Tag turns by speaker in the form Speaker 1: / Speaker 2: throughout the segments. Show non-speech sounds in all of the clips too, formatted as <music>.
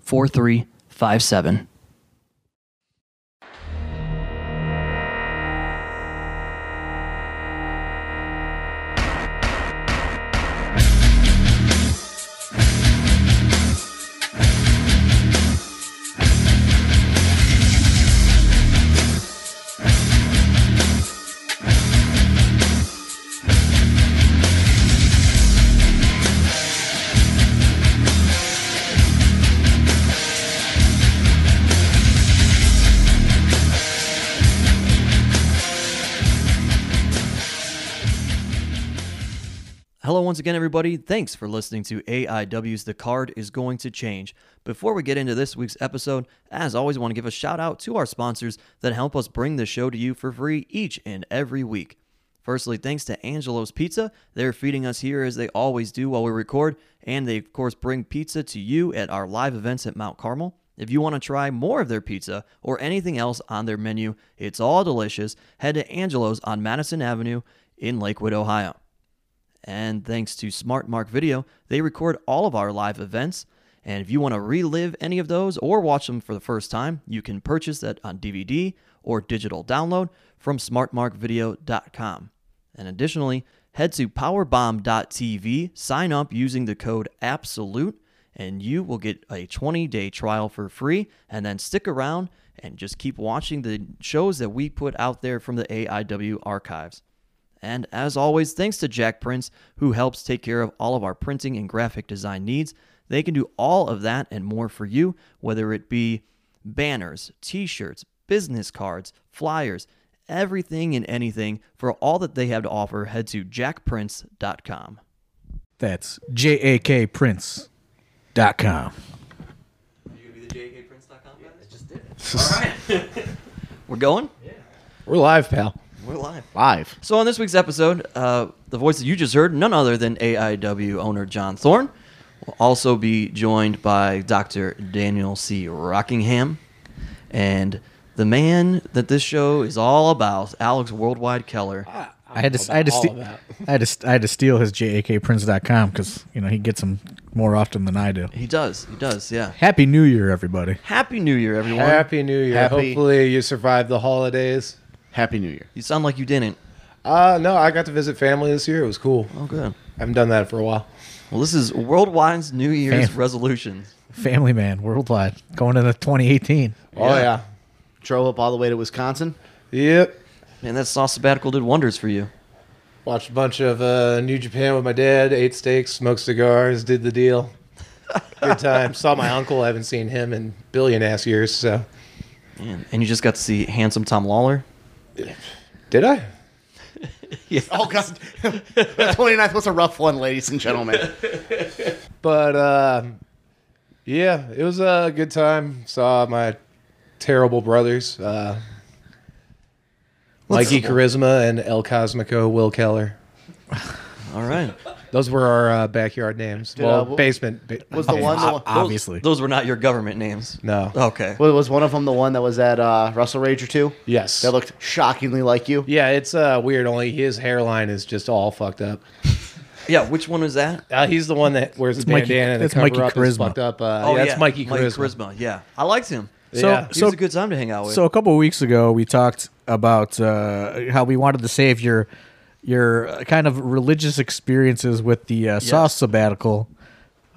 Speaker 1: 4357. Hello, once again, everybody. Thanks for listening to AIW's The Card is Going to Change. Before we get into this week's episode, as always, I want to give a shout out to our sponsors that help us bring the show to you for free each and every week. Firstly, thanks to Angelo's Pizza. They're feeding us here as they always do while we record, and they, of course, bring pizza to you at our live events at Mount Carmel. If you want to try more of their pizza or anything else on their menu, it's all delicious. Head to Angelo's on Madison Avenue in Lakewood, Ohio. And thanks to Smart Mark Video, they record all of our live events. And if you want to relive any of those or watch them for the first time, you can purchase that on DVD or digital download from smartmarkvideo.com. And additionally, head to powerbomb.tv, sign up using the code ABSOLUTE, E, and you will get a 20 day trial for free. And then stick around and just keep watching the shows that we put out there from the AIW archives. And as always, thanks to Jack Prince, who helps take care of all of our printing and graphic design needs. They can do all of that and more for you, whether it be banners, t shirts, business cards, flyers, everything and anything. For all that they have to offer, head to jackprince.com.
Speaker 2: That's jakprince.com.
Speaker 1: <laughs> We're going?
Speaker 3: We're live, pal.
Speaker 1: We're live.
Speaker 3: Live.
Speaker 1: So on this week's episode, uh, the voice that you just heard, none other than AIW owner John Thorne, will also be joined by Dr. Daniel C. Rockingham and the man that this show is all about, Alex Worldwide Keller.
Speaker 2: I had to, I had to,
Speaker 3: All
Speaker 2: ste-
Speaker 3: about.
Speaker 2: <laughs> I had to, st- I had to steal his jakprince.com because you know he gets them more often than I do.
Speaker 1: He does. He does. Yeah.
Speaker 2: Happy New Year, everybody!
Speaker 1: Happy New Year, everyone.
Speaker 4: Happy New Year.
Speaker 3: Happy-
Speaker 4: Hopefully you survived the holidays.
Speaker 3: Happy New Year.
Speaker 1: You sound like you didn't.
Speaker 4: Uh no, I got to visit family this year. It was cool.
Speaker 1: Oh, good.
Speaker 4: I haven't done that for a while.
Speaker 1: Well, this is Worldwide's New Year's
Speaker 2: Fam-
Speaker 1: resolutions.
Speaker 2: Family man, worldwide, going into 2018.
Speaker 4: Oh yeah.
Speaker 3: Drove up all the way to Wisconsin.
Speaker 4: Yep.
Speaker 1: Man, that soft sabbatical did wonders for you.
Speaker 4: Watched a bunch of uh, New Japan with my dad, ate steaks, smoked cigars, did the deal. Good time. Saw my uncle. I haven't seen him in billion ass years, so
Speaker 1: Man. And you just got to see handsome Tom Lawler.
Speaker 4: did I?
Speaker 1: Yeah.
Speaker 3: Oh God, <laughs> the 29th was a rough one, ladies and gentlemen.
Speaker 4: But uh, yeah, it was a good time. Saw my terrible brothers, uh, Mikey Charisma and El Cosmico Will Keller.
Speaker 1: All right.
Speaker 4: Those were our uh, backyard names.
Speaker 3: uh,
Speaker 4: well,
Speaker 3: wha-
Speaker 4: basement. ba- <laughs>
Speaker 3: Was the one the
Speaker 2: O-
Speaker 3: one,
Speaker 2: obviously?
Speaker 1: Those were not your government names.
Speaker 4: no.
Speaker 1: Okay.
Speaker 3: wa- was one of them the one that was at uh, Russell Rage or two?
Speaker 4: Yes.
Speaker 3: that looked shockingly like you.
Speaker 4: yeah, it's uh, weird. Only his hairline is just all fucked up.
Speaker 1: Yeah, which one was that?
Speaker 4: Uh, he's the one that wears the
Speaker 2: Mikey-
Speaker 4: bandana and the
Speaker 2: that's
Speaker 4: cover
Speaker 2: Mikey
Speaker 4: up is
Speaker 2: Charisma.
Speaker 4: fucked up. Uh,
Speaker 1: Oh,
Speaker 4: yeah, that's Mikey Charisma.
Speaker 1: Yeah, I liked him. He
Speaker 2: So,
Speaker 4: Yeah.
Speaker 1: was
Speaker 2: so,
Speaker 1: a good time to hang out with.
Speaker 2: so a couple of weeks ago, we talked about uh, how we wanted to save your your uh, kind of religious experiences with the uh, sauce sabbatical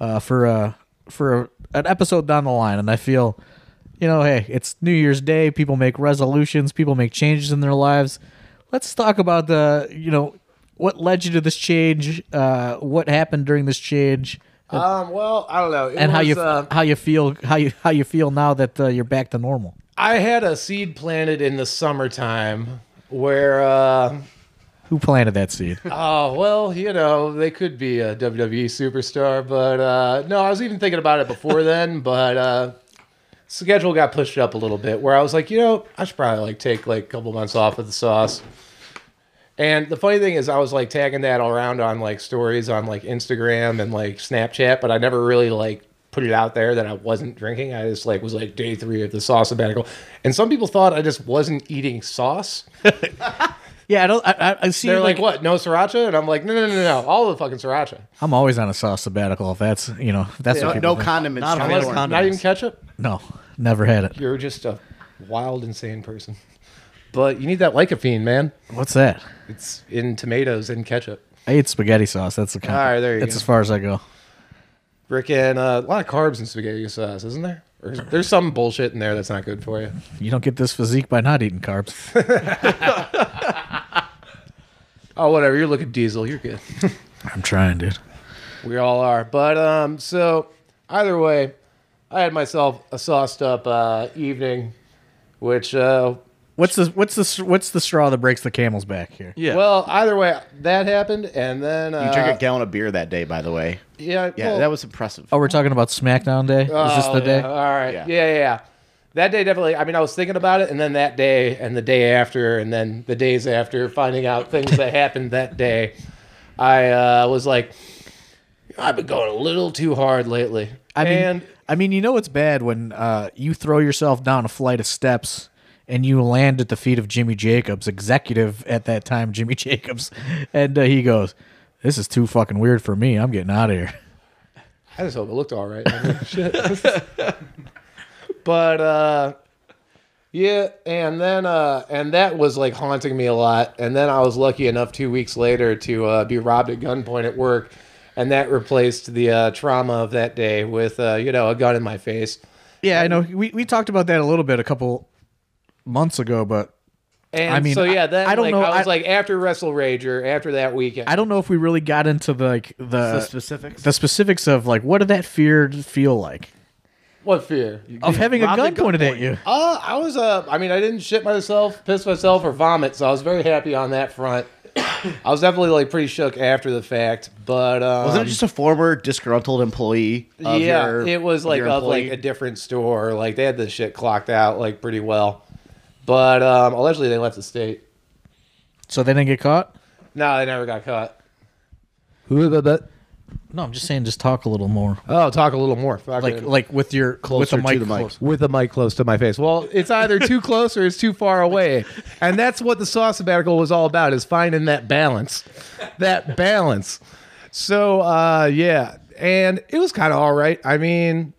Speaker 2: uh, for uh, for an episode down the line, and I feel you know, hey, it's New Year's Day. People make resolutions. People make changes in their lives. Let's talk about the, you know, what led you to this change. Uh, what happened during this change,
Speaker 4: Um, well, I don't know. It
Speaker 2: and how you
Speaker 4: was, uh,
Speaker 2: how you feel how you how you feel now that uh, you're back to normal.
Speaker 4: I had a seed planted in the summertime where uh
Speaker 2: Who planted that seed?
Speaker 4: oh well, you know, they could be a WWE superstar, but uh no, I was even thinking about it before then, but uh schedule got pushed up a little bit where I was like, you know, I should probably like take like a couple months off of the sauce. And the funny thing is I was like tagging that all around on like stories on like Instagram and like Snapchat, but I never really like put it out there that I wasn't drinking. I just like was like day three of the sauce sabbatical. And some people thought I just wasn't eating sauce.
Speaker 2: yeah, I don't. I, I- I see.
Speaker 4: They're like, what? No sriracha? And I'm like, no, no, no, no, all the fucking sriracha.
Speaker 2: I'm always on a sauce sabbatical. If that's you know, if that's
Speaker 3: No,
Speaker 2: what people
Speaker 3: no
Speaker 2: think.
Speaker 3: condiments.
Speaker 1: Not a fan
Speaker 3: John.
Speaker 1: of
Speaker 3: Don't worry.
Speaker 1: condiments.
Speaker 4: Not even ketchup.
Speaker 2: no, never had it.
Speaker 4: You're just a wild, insane person. But you need that lycopene, man.
Speaker 2: What's that?
Speaker 4: It's in tomatoes and ketchup.
Speaker 2: I ate spaghetti sauce. That's the kind.
Speaker 4: All right, there you
Speaker 2: That's
Speaker 4: go.
Speaker 2: as far as I go.
Speaker 4: Rick and uh, a lot of carbs in spaghetti sauce, isn't there? Or is, there's some bullshit in there that's not good for you.
Speaker 2: You don't get this physique by not eating
Speaker 4: <laughs>
Speaker 2: carbs.
Speaker 4: Oh, whatever. You're looking diesel. You're good. <laughs>
Speaker 2: I'm trying, dude.
Speaker 4: We all are. But um, so either way, I had myself a sauced up uh, evening, which uh,
Speaker 2: What's the what's the what's the straw that breaks the camel's back here?
Speaker 1: Yeah.
Speaker 4: well, either way, that happened, and then uh,
Speaker 3: You drank a gallon of beer that day, by the way.
Speaker 4: yeah,
Speaker 3: Yeah,
Speaker 4: well,
Speaker 3: that was impressive.
Speaker 2: Oh, we're talking about SmackDown Day. Is this
Speaker 4: Oh,
Speaker 2: the day?
Speaker 4: yeah, All right.
Speaker 3: Yeah.
Speaker 4: Yeah. yeah, yeah, That day definitely. I mean, I was thinking about it, and then that day, and the day after, and then the days after, finding out things that happened that day, I uh, was like, I've been going a little too hard lately.
Speaker 2: I mean,
Speaker 4: and
Speaker 2: I mean, you know it's bad when uh, you throw yourself down a flight of steps and you land at the feet of Jimmy Jacobs, executive at that time, Jimmy <laughs> Jacobs, and uh, he goes, "This is too fucking weird for me. I'm getting out of here."
Speaker 4: I just hope it looked all right. <laughs> Shit. but uh, yeah, and then uh, and that was like haunting me a lot. And then I was lucky enough two weeks later to uh, be robbed at gunpoint at work, and that replaced the uh, trauma of that day with uh, you know a gun in my face.
Speaker 2: Yeah, I know. We we talked about that a little bit a couple months ago, but
Speaker 4: And
Speaker 2: I mean,
Speaker 4: so yeah, then
Speaker 2: I- I don't
Speaker 4: like,
Speaker 2: know,
Speaker 4: I was
Speaker 2: I-
Speaker 4: like after Wrestle Rager, after that weekend,
Speaker 2: I don't know if we really got into the like the,
Speaker 3: The specifics.
Speaker 2: the specifics of like what did that fear feel like
Speaker 4: what fear?
Speaker 2: of having a
Speaker 1: Robbed
Speaker 2: gun
Speaker 1: at
Speaker 2: pointed at
Speaker 1: gunpoint.
Speaker 2: you?
Speaker 4: Uh, I was uh, I mean, I didn't shit myself, piss myself, or vomit, so I was very happy on that front. I was definitely like pretty shook after the fact, but um,
Speaker 3: Wasn't it just a former disgruntled employee? Of
Speaker 4: yeah,
Speaker 3: your,
Speaker 4: it was like
Speaker 3: your
Speaker 4: of like
Speaker 3: employee?
Speaker 4: a different store. Like they had this shit clocked out like pretty well, but um, allegedly they left the state.
Speaker 2: So they didn't get caught.
Speaker 4: No, they never got caught.
Speaker 2: No, I'm just saying, just talk a little more,
Speaker 4: Oh, talk a little more.
Speaker 2: like like with your
Speaker 3: Closer
Speaker 2: with the mic,
Speaker 3: to the mic.
Speaker 2: close.
Speaker 4: with a mic close to my face. Well, it's either too close or it's too far away. And that's what the sauce sabbatical was all about is finding that balance. That balance. So uh yeah. And it was kind of all right. I mean,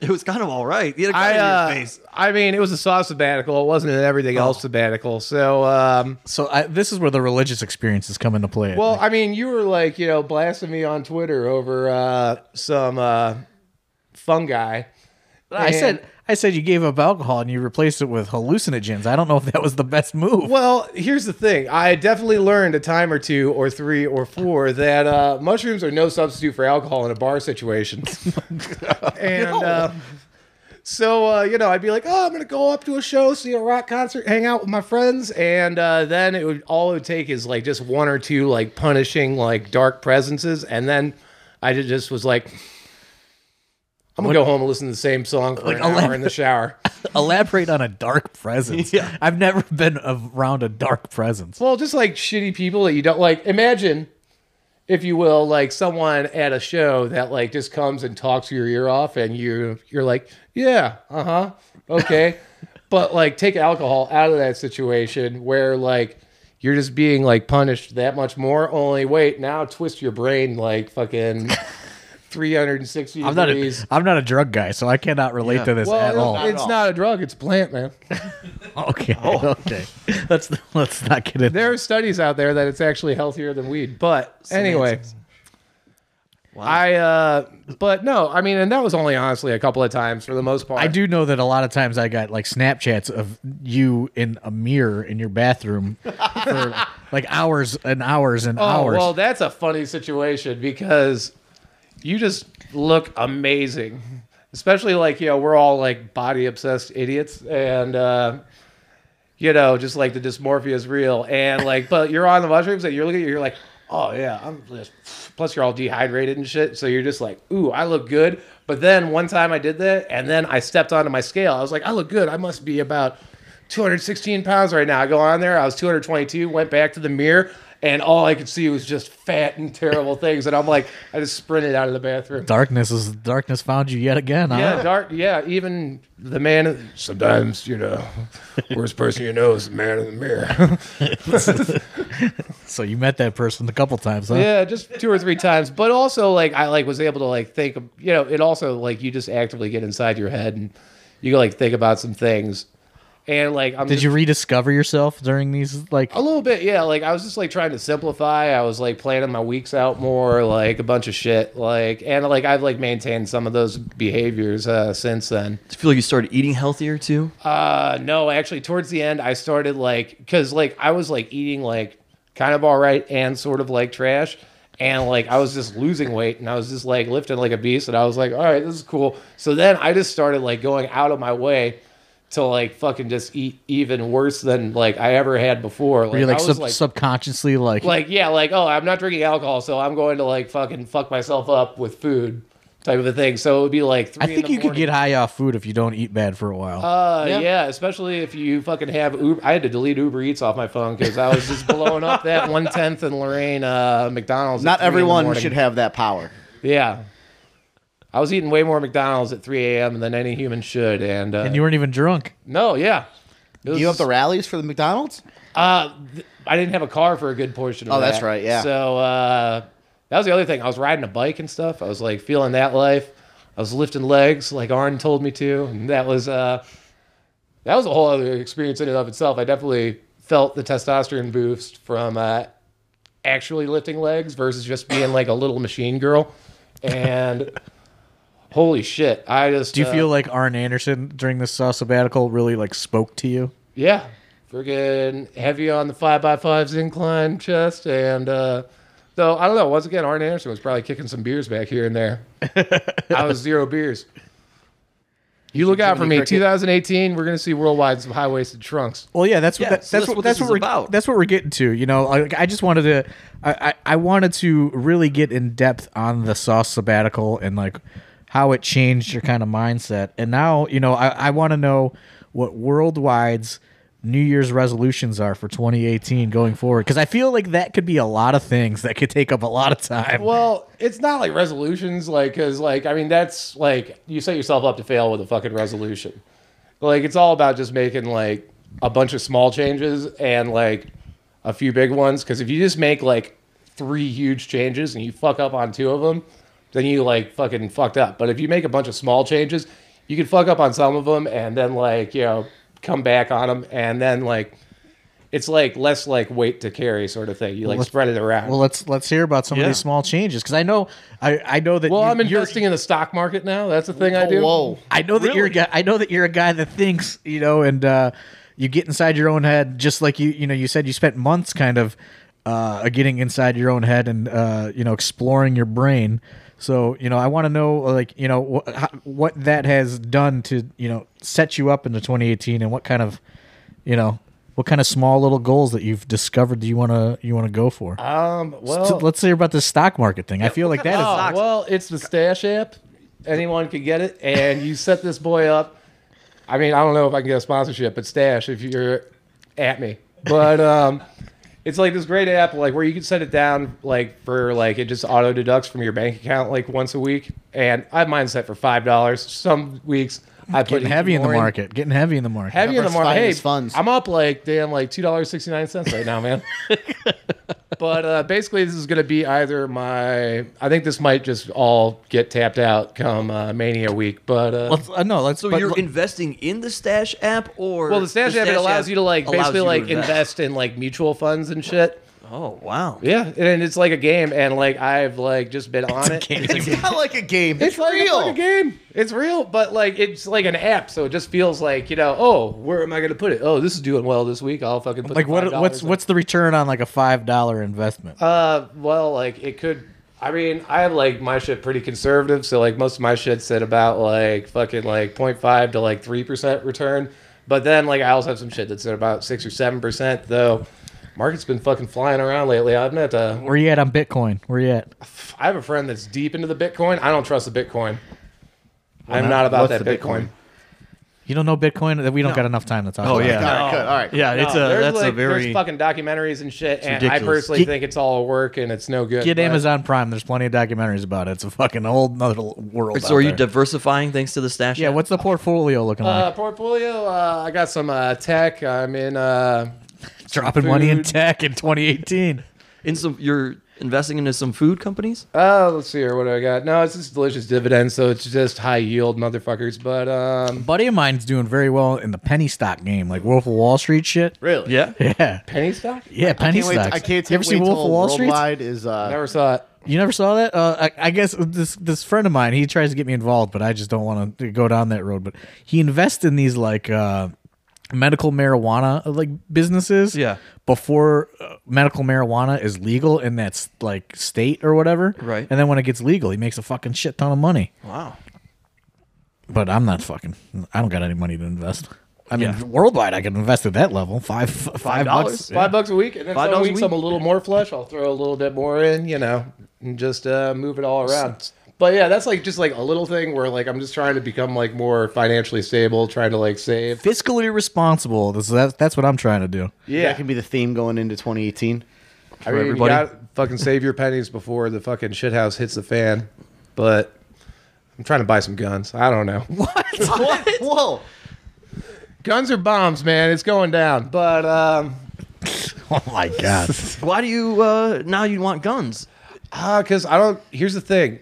Speaker 1: it was kind of all right. You had a gun
Speaker 4: I
Speaker 1: in your
Speaker 4: uh, <laughs>
Speaker 1: face. Oh.
Speaker 4: I mean, it was a sauce sabbatical. It wasn't an everything else sabbatical. So um
Speaker 2: So I, this is where the religious experiences come into play.
Speaker 4: well, I mean, you were like, you know, blasting me on Twitter over uh some uh fungi.
Speaker 2: I said I said you gave up alcohol and you replaced it with hallucinogens. I don't know if that was the best move.
Speaker 4: <laughs> Well, here's the thing. I definitely learned a time or two, or three, or four that uh, mushrooms are no substitute for alcohol in a bar situation. and uh, so, uh, you know, I'd be like, oh, I'm going to go up to a show, see a rock concert, hang out with my friends. And uh, then it would all it would take is like just one or two like punishing, like dark presences. And then I ju- just was like, I'm going to go home and listen to the same song for an hour in the shower.
Speaker 2: <laughs> Elaborate on a dark presence.
Speaker 1: Yeah.
Speaker 2: I've never been around a dark presence.
Speaker 4: Well, just like shitty people that you don't like. Imagine, if you will, like someone at a show that like just comes and talks your ear off, and you you're like, yeah, uh huh, okay,
Speaker 2: <laughs>
Speaker 4: but like take alcohol out of that situation where like you're just being like punished that much more. Only wait, now twist your brain
Speaker 2: <laughs>
Speaker 4: like fucking. 360
Speaker 2: I'm not <laughs>
Speaker 4: degrees.
Speaker 2: a, I'm not a drug guy, so I cannot relate to this
Speaker 4: well,
Speaker 2: at all.
Speaker 4: it's
Speaker 3: Not at all.
Speaker 4: not a drug; it's a plant, man.
Speaker 2: <laughs> Okay.
Speaker 4: Oh.
Speaker 2: Okay. Let's let's not get in
Speaker 4: There are studies out there that it's actually healthier than weed. But anyway, I, uh, but no, I mean, and that was only honestly a couple of times for the most part.
Speaker 2: I do know that a lot of times I got like Snapchats of you in a mirror in your bathroom <laughs> for like hours and hours and
Speaker 4: Oh,
Speaker 2: hours.
Speaker 4: well, that's a funny situation because you just look amazing. Especially like, you know, we're all like body obsessed idiots and uh you know, just like the dysmorphia is real and like but you're on the mushrooms and you're looking at you, you're like, "Oh yeah, I'm just plus you're all dehydrated and shit." So you're just like, "Ooh, I look good." But then one time I did that and then I stepped onto my scale. I was like, "I look good. I must be about 216 pounds right now. I go on there. I was 222. Went back to the mirror, and all I could see was just fat and terrible things. And I'm like, I just sprinted out of the bathroom.
Speaker 2: darkness is darkness found you yet again. Huh?
Speaker 4: Yeah, dark. Yeah, even the man. Sometimes you know, worst person you know is the man in the mirror.
Speaker 2: So you met that person a couple times, huh?
Speaker 4: yeah, just two or three times. But also, like, I like was able to like think. of- You know, it also like you just actively get inside your head and you like think about some things. And like, I'm
Speaker 2: Did
Speaker 4: just-
Speaker 2: you rediscover yourself during these like
Speaker 4: A little bit, yeah. Like I was just like trying to simplify. I was like planning my weeks out more, like a bunch of shit. Like and like I've like maintained some of those behaviors uh, since then.
Speaker 1: Do you feel like you started eating healthier too?
Speaker 4: Uh, no, actually, towards the end, I started like because like I was like eating like kind of all right and sort of like trash, and like I was just losing weight and I was just like lifting like a beast, and I was like, all right, this is cool. So then I just started like going out of my way. To like fucking just eat even worse than like I ever had before. Like,
Speaker 2: were you like,
Speaker 4: I
Speaker 2: sub- subconsciously like,
Speaker 4: like yeah like oh i'm not drinking alcohol so i'm going to like fucking fuck myself up with food type of a thing so it would be like three
Speaker 2: I think you could get high off food if you don't eat bad for a while.
Speaker 4: uh, yeah.
Speaker 3: Yeah.
Speaker 4: especially if you fucking have Uber. I had to delete Uber Eats off my phone because I was just blowing up
Speaker 3: <laughs>
Speaker 4: that one tenth in Lorraine uh, McDonald's. at
Speaker 3: Not
Speaker 4: three in the
Speaker 3: everyone
Speaker 4: morning.
Speaker 3: should have that power.
Speaker 4: Yeah, I was eating way more McDonald's at 3 a.m. than any human should, and, uh,
Speaker 2: and you weren't even drunk.
Speaker 4: no, yeah, It
Speaker 3: Do
Speaker 4: was
Speaker 3: you have
Speaker 4: just-
Speaker 3: the rallies for the McDonald's?
Speaker 4: Uh, th- I didn't have a car for a good portion of
Speaker 3: Oh,
Speaker 4: that.
Speaker 3: that's right, yeah.
Speaker 4: So uh, that was the other thing. I was riding a bike and stuff. I was like feeling that life. I was lifting legs like Arn told me to, and that was uh, that was a whole other experience in and of itself. I definitely felt the testosterone boost from uh, actually lifting legs versus just being like a little machine girl.
Speaker 3: <laughs>
Speaker 4: And holy shit, I just
Speaker 2: Do you
Speaker 4: uh,
Speaker 2: feel like Arn Anderson during this uh, sabbatical really like spoke to you?
Speaker 4: Yeah. Friggin' heavy on the five by fives incline chest and uh though I don't know, once again Arn Anderson was probably kicking some beers back here and there. I was zero beers. You look out for me. 2018, we're gonna see worldwide some high waisted trunks.
Speaker 2: Well, yeah, that's
Speaker 1: Yeah,
Speaker 2: what that,
Speaker 1: so
Speaker 2: that's,
Speaker 1: that's
Speaker 2: what
Speaker 1: what
Speaker 2: that's
Speaker 1: this
Speaker 2: what
Speaker 1: is
Speaker 2: we're
Speaker 1: about.
Speaker 2: that's what we're getting to. You know, like I just wanted to, I, I I wanted to really get in depth on the sauce sabbatical and like how it changed your kind of mindset. And now, you know, I I want to know what worldwide's New Year's resolutions are for 2018 going forward because I feel like that could be a lot of things that could take up a lot of time.
Speaker 4: <laughs> Well, it's not like resolutions, like, cause like, I mean, that's like you set yourself up to fail with a fucking resolution. Like, it's all about just making like a bunch of small changes and like a few big ones. Cause if you just make like three huge changes and you fuck up on two of them, then you like fucking fucked up. But if you make a bunch of small changes, you can fuck up on some of them and then like, you know, come back on them and then like, it's like less like weight to carry sort of thing. You like
Speaker 2: let's-
Speaker 4: spread it around.
Speaker 2: Well, let's let's hear about some of
Speaker 1: Yeah.
Speaker 2: these small changes because I know I I know that
Speaker 4: Well,
Speaker 2: you-
Speaker 4: I'm
Speaker 2: you're-
Speaker 4: investing in the stock market now. That's the thing I do.
Speaker 3: <laughs> Whoa.
Speaker 2: I know that you're a
Speaker 1: Really?
Speaker 2: guy, I know that you're a guy that thinks, you know, and uh, you get inside your own head, just like you, you know, you said you spent months kind of uh, getting inside your own head and uh, you know exploring your brain. So you know, I want to know like you know wh- how, what that has done to you know set you up into 2018 and what kind of you know what kind of small little goals that you've discovered that you want to you want to go for.
Speaker 1: Oh.
Speaker 4: Um.
Speaker 2: So
Speaker 4: Well.
Speaker 2: let's hear about this stock market thing. I feel
Speaker 1: <laughs>
Speaker 2: like that is
Speaker 4: oh, well, it's the stash app. Anyone can get it, and you set this boy up. I mean, I don't know if I can get a sponsorship, but stash if you're at me. But um, it's like this great app, like where you can set it down, like for like it just auto deducts from your bank account like once a week. And I have mine set for five dollars. Some weeks I put
Speaker 2: getting heavy in the
Speaker 4: more
Speaker 2: market. Getting heavy in the market.
Speaker 4: Heavy in the
Speaker 3: Diversifying
Speaker 4: market. Hey,
Speaker 3: his funds.
Speaker 4: I'm up like damn, like two dollars sixty nine cents right now,
Speaker 3: <laughs>
Speaker 4: man. but uh, basically, this is going to be either my. I think this might just all get tapped out come uh, Mania week. But uh,
Speaker 2: Let's, uh, no, let's.
Speaker 1: So
Speaker 2: but
Speaker 1: you're
Speaker 2: l-
Speaker 1: investing in the Stash app, or
Speaker 4: well, the stash app it allows you to like
Speaker 1: allows
Speaker 4: basically
Speaker 1: you to
Speaker 4: like invest in like mutual funds and shit.
Speaker 1: Oh wow.
Speaker 4: Yeah, and it's like a game, and like I've like just been on it.
Speaker 3: It's not like a game. It's,
Speaker 4: It's, like
Speaker 3: real.
Speaker 4: a fucking game. It's real, but like it's like an app, so it just feels like you know. Oh, where am I going to put it? Oh, this is doing well this week. I'll fucking put
Speaker 2: Like
Speaker 4: the
Speaker 2: what?
Speaker 4: $5
Speaker 2: What's
Speaker 4: in.
Speaker 2: what's the return on like a five dollar investment?
Speaker 4: Uh, well, like it could. I mean, I have like my shit pretty conservative, so like most of my shit's at about like fucking like 0.5 to like three percent return. But then like I also have some shit that's at about six or seven percent though. Market's been fucking flying around lately. I've not. Uh,
Speaker 2: Where you at on Bitcoin? Where you at?
Speaker 4: I have a friend that's deep into the Bitcoin. I don't trust the Bitcoin. I'm not about
Speaker 3: what's
Speaker 4: that
Speaker 3: the
Speaker 4: Bitcoin.
Speaker 3: Bitcoin?
Speaker 2: You don't know Bitcoin? That we don't got enough time to talk.
Speaker 1: Oh
Speaker 2: about
Speaker 1: yeah.
Speaker 2: it.
Speaker 3: All right, good. All right.
Speaker 1: Yeah, it's a
Speaker 4: There's,
Speaker 1: Uh, that's a
Speaker 4: like,
Speaker 1: very
Speaker 4: there's fucking documentaries and shit, and I
Speaker 1: ridiculous.
Speaker 4: personally think it's all work and it's no good.
Speaker 2: Get
Speaker 4: but-
Speaker 2: Amazon Prime. There's plenty of documentaries about it. It's a fucking old another world.
Speaker 1: so are
Speaker 2: out
Speaker 1: you
Speaker 2: there.
Speaker 1: diversifying thanks to the stash?
Speaker 2: yeah.
Speaker 1: app?
Speaker 2: What's the portfolio looking
Speaker 4: Uh,
Speaker 2: like?
Speaker 4: portfolio. Uh, I got some uh, tech. I'm in. Uh,
Speaker 2: Dropping money in
Speaker 4: food.
Speaker 2: tech in 2018.
Speaker 1: in some you're investing into some food companies?
Speaker 4: uh, let's see here. What do I got? No, it's just delicious dividends. So it's just high yield, motherfuckers. But um,
Speaker 2: buddy of mine's doing very well in the penny stock game, like Wolf of Wall Street shit.
Speaker 3: Really?
Speaker 1: Yeah.
Speaker 2: Yeah,
Speaker 4: penny stock.
Speaker 2: yeah,
Speaker 3: I
Speaker 2: penny
Speaker 3: can't wait.
Speaker 2: stocks.
Speaker 3: I can't
Speaker 2: you ever
Speaker 3: wait
Speaker 2: see
Speaker 3: till
Speaker 2: Wolf of Wall Street?
Speaker 3: Worldwide is uh,
Speaker 4: Never saw it.
Speaker 2: You never saw that? Uh, I, I guess this this friend of mine, he tries to get me involved, but I just don't want to go down that road. But he invests in these like uh, medical marijuana uh, like businesses.
Speaker 1: Yeah.
Speaker 2: Before uh, medical marijuana is legal in that s- like state or whatever.
Speaker 1: Right.
Speaker 2: And then when it gets legal, he makes a fucking shit ton of money.
Speaker 1: Wow. <laughs>
Speaker 2: But I'm not fucking. I don't got any money to invest. I mean,
Speaker 1: Yeah.
Speaker 2: worldwide, I can invest at that level. Five five, five
Speaker 1: dollars?
Speaker 2: bucks.
Speaker 4: Five bucks a week, and then
Speaker 1: Five
Speaker 4: some
Speaker 1: dollars a
Speaker 4: weeks
Speaker 1: week?
Speaker 4: I'm a little more flush. I'll throw a little bit more in, you know, and just uh, move it all around. But yeah, that's like just like a little thing where like I'm just trying to become like more financially stable, trying to like save.
Speaker 2: Fiscally responsible. This, that, that's what I'm trying to do.
Speaker 4: Yeah,
Speaker 3: that can be the theme going into 2018.
Speaker 4: I mean,
Speaker 1: everybody.
Speaker 4: you got fucking save your pennies before the fucking shithouse hits the fan. But I'm trying to buy some guns. I don't know.
Speaker 3: what? Whoa!
Speaker 4: Guns are bombs, man. It's going down. But um,
Speaker 2: Oh my <laughs> god.
Speaker 1: Why do you uh now you want guns?
Speaker 4: because Uh, I don't. Here's the thing.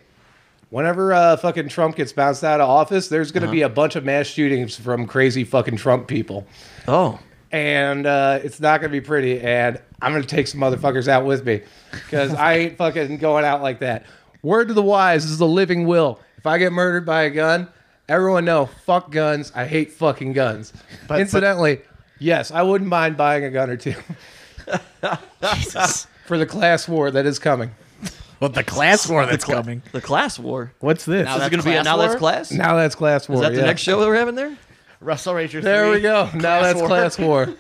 Speaker 4: Whenever uh, fucking Trump gets bounced out of office, there's going to
Speaker 3: Uh-huh.
Speaker 4: be a bunch of mass shootings from crazy fucking Trump people,
Speaker 1: Oh.
Speaker 4: and uh, it's not going to be pretty. And I'm going to take some motherfuckers out with me because I
Speaker 3: <laughs>
Speaker 4: ain't fucking going out like that. Word to the wise this is the living will. If I get murdered by a gun, everyone know fuck guns. I hate fucking guns.
Speaker 3: but-
Speaker 4: Incidentally, yes, I wouldn't mind buying a gun or
Speaker 3: <laughs>
Speaker 4: two <laughs> for the class war that is coming.
Speaker 2: But the class war that's coming.
Speaker 1: The class war.
Speaker 2: What's this?
Speaker 1: This is
Speaker 3: that's
Speaker 1: gonna be a
Speaker 3: class
Speaker 1: now that's
Speaker 3: war?
Speaker 1: class?
Speaker 4: Now that's class war.
Speaker 1: is that the
Speaker 4: yeah.
Speaker 1: next show that we're having there?
Speaker 3: Russell Ranger.
Speaker 4: There we
Speaker 3: three.
Speaker 4: go. Now that's
Speaker 3: war.
Speaker 4: class war.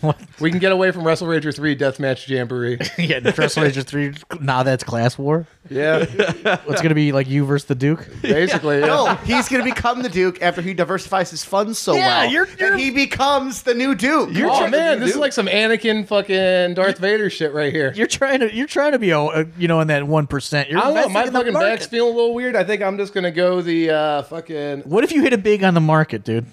Speaker 2: What?
Speaker 4: We can get away from Wrestle Ranger 3 Deathmatch Jamboree.
Speaker 2: <laughs> yeah, the Wrestle Ranger 3. Now that's class war.
Speaker 4: Yeah,
Speaker 2: It's going to be like you versus the Duke.
Speaker 4: basically. yeah.
Speaker 3: No, he's going to become the Duke after he diversifies his funds so
Speaker 2: Yeah,
Speaker 3: well
Speaker 2: you're- you're-
Speaker 3: that he becomes the new Duke.
Speaker 4: Oh, man, this is like some Anakin fucking Darth Vader shit right here.
Speaker 2: <laughs> You're trying to you're trying to be oh, uh, you know in that 1%. You're
Speaker 4: I don't know.
Speaker 2: investing
Speaker 4: My
Speaker 2: in the
Speaker 4: fucking
Speaker 2: market.
Speaker 4: back's feeling a little weird. I think I'm just going to go the uh, fucking.
Speaker 2: What if you hit a big on the market, dude?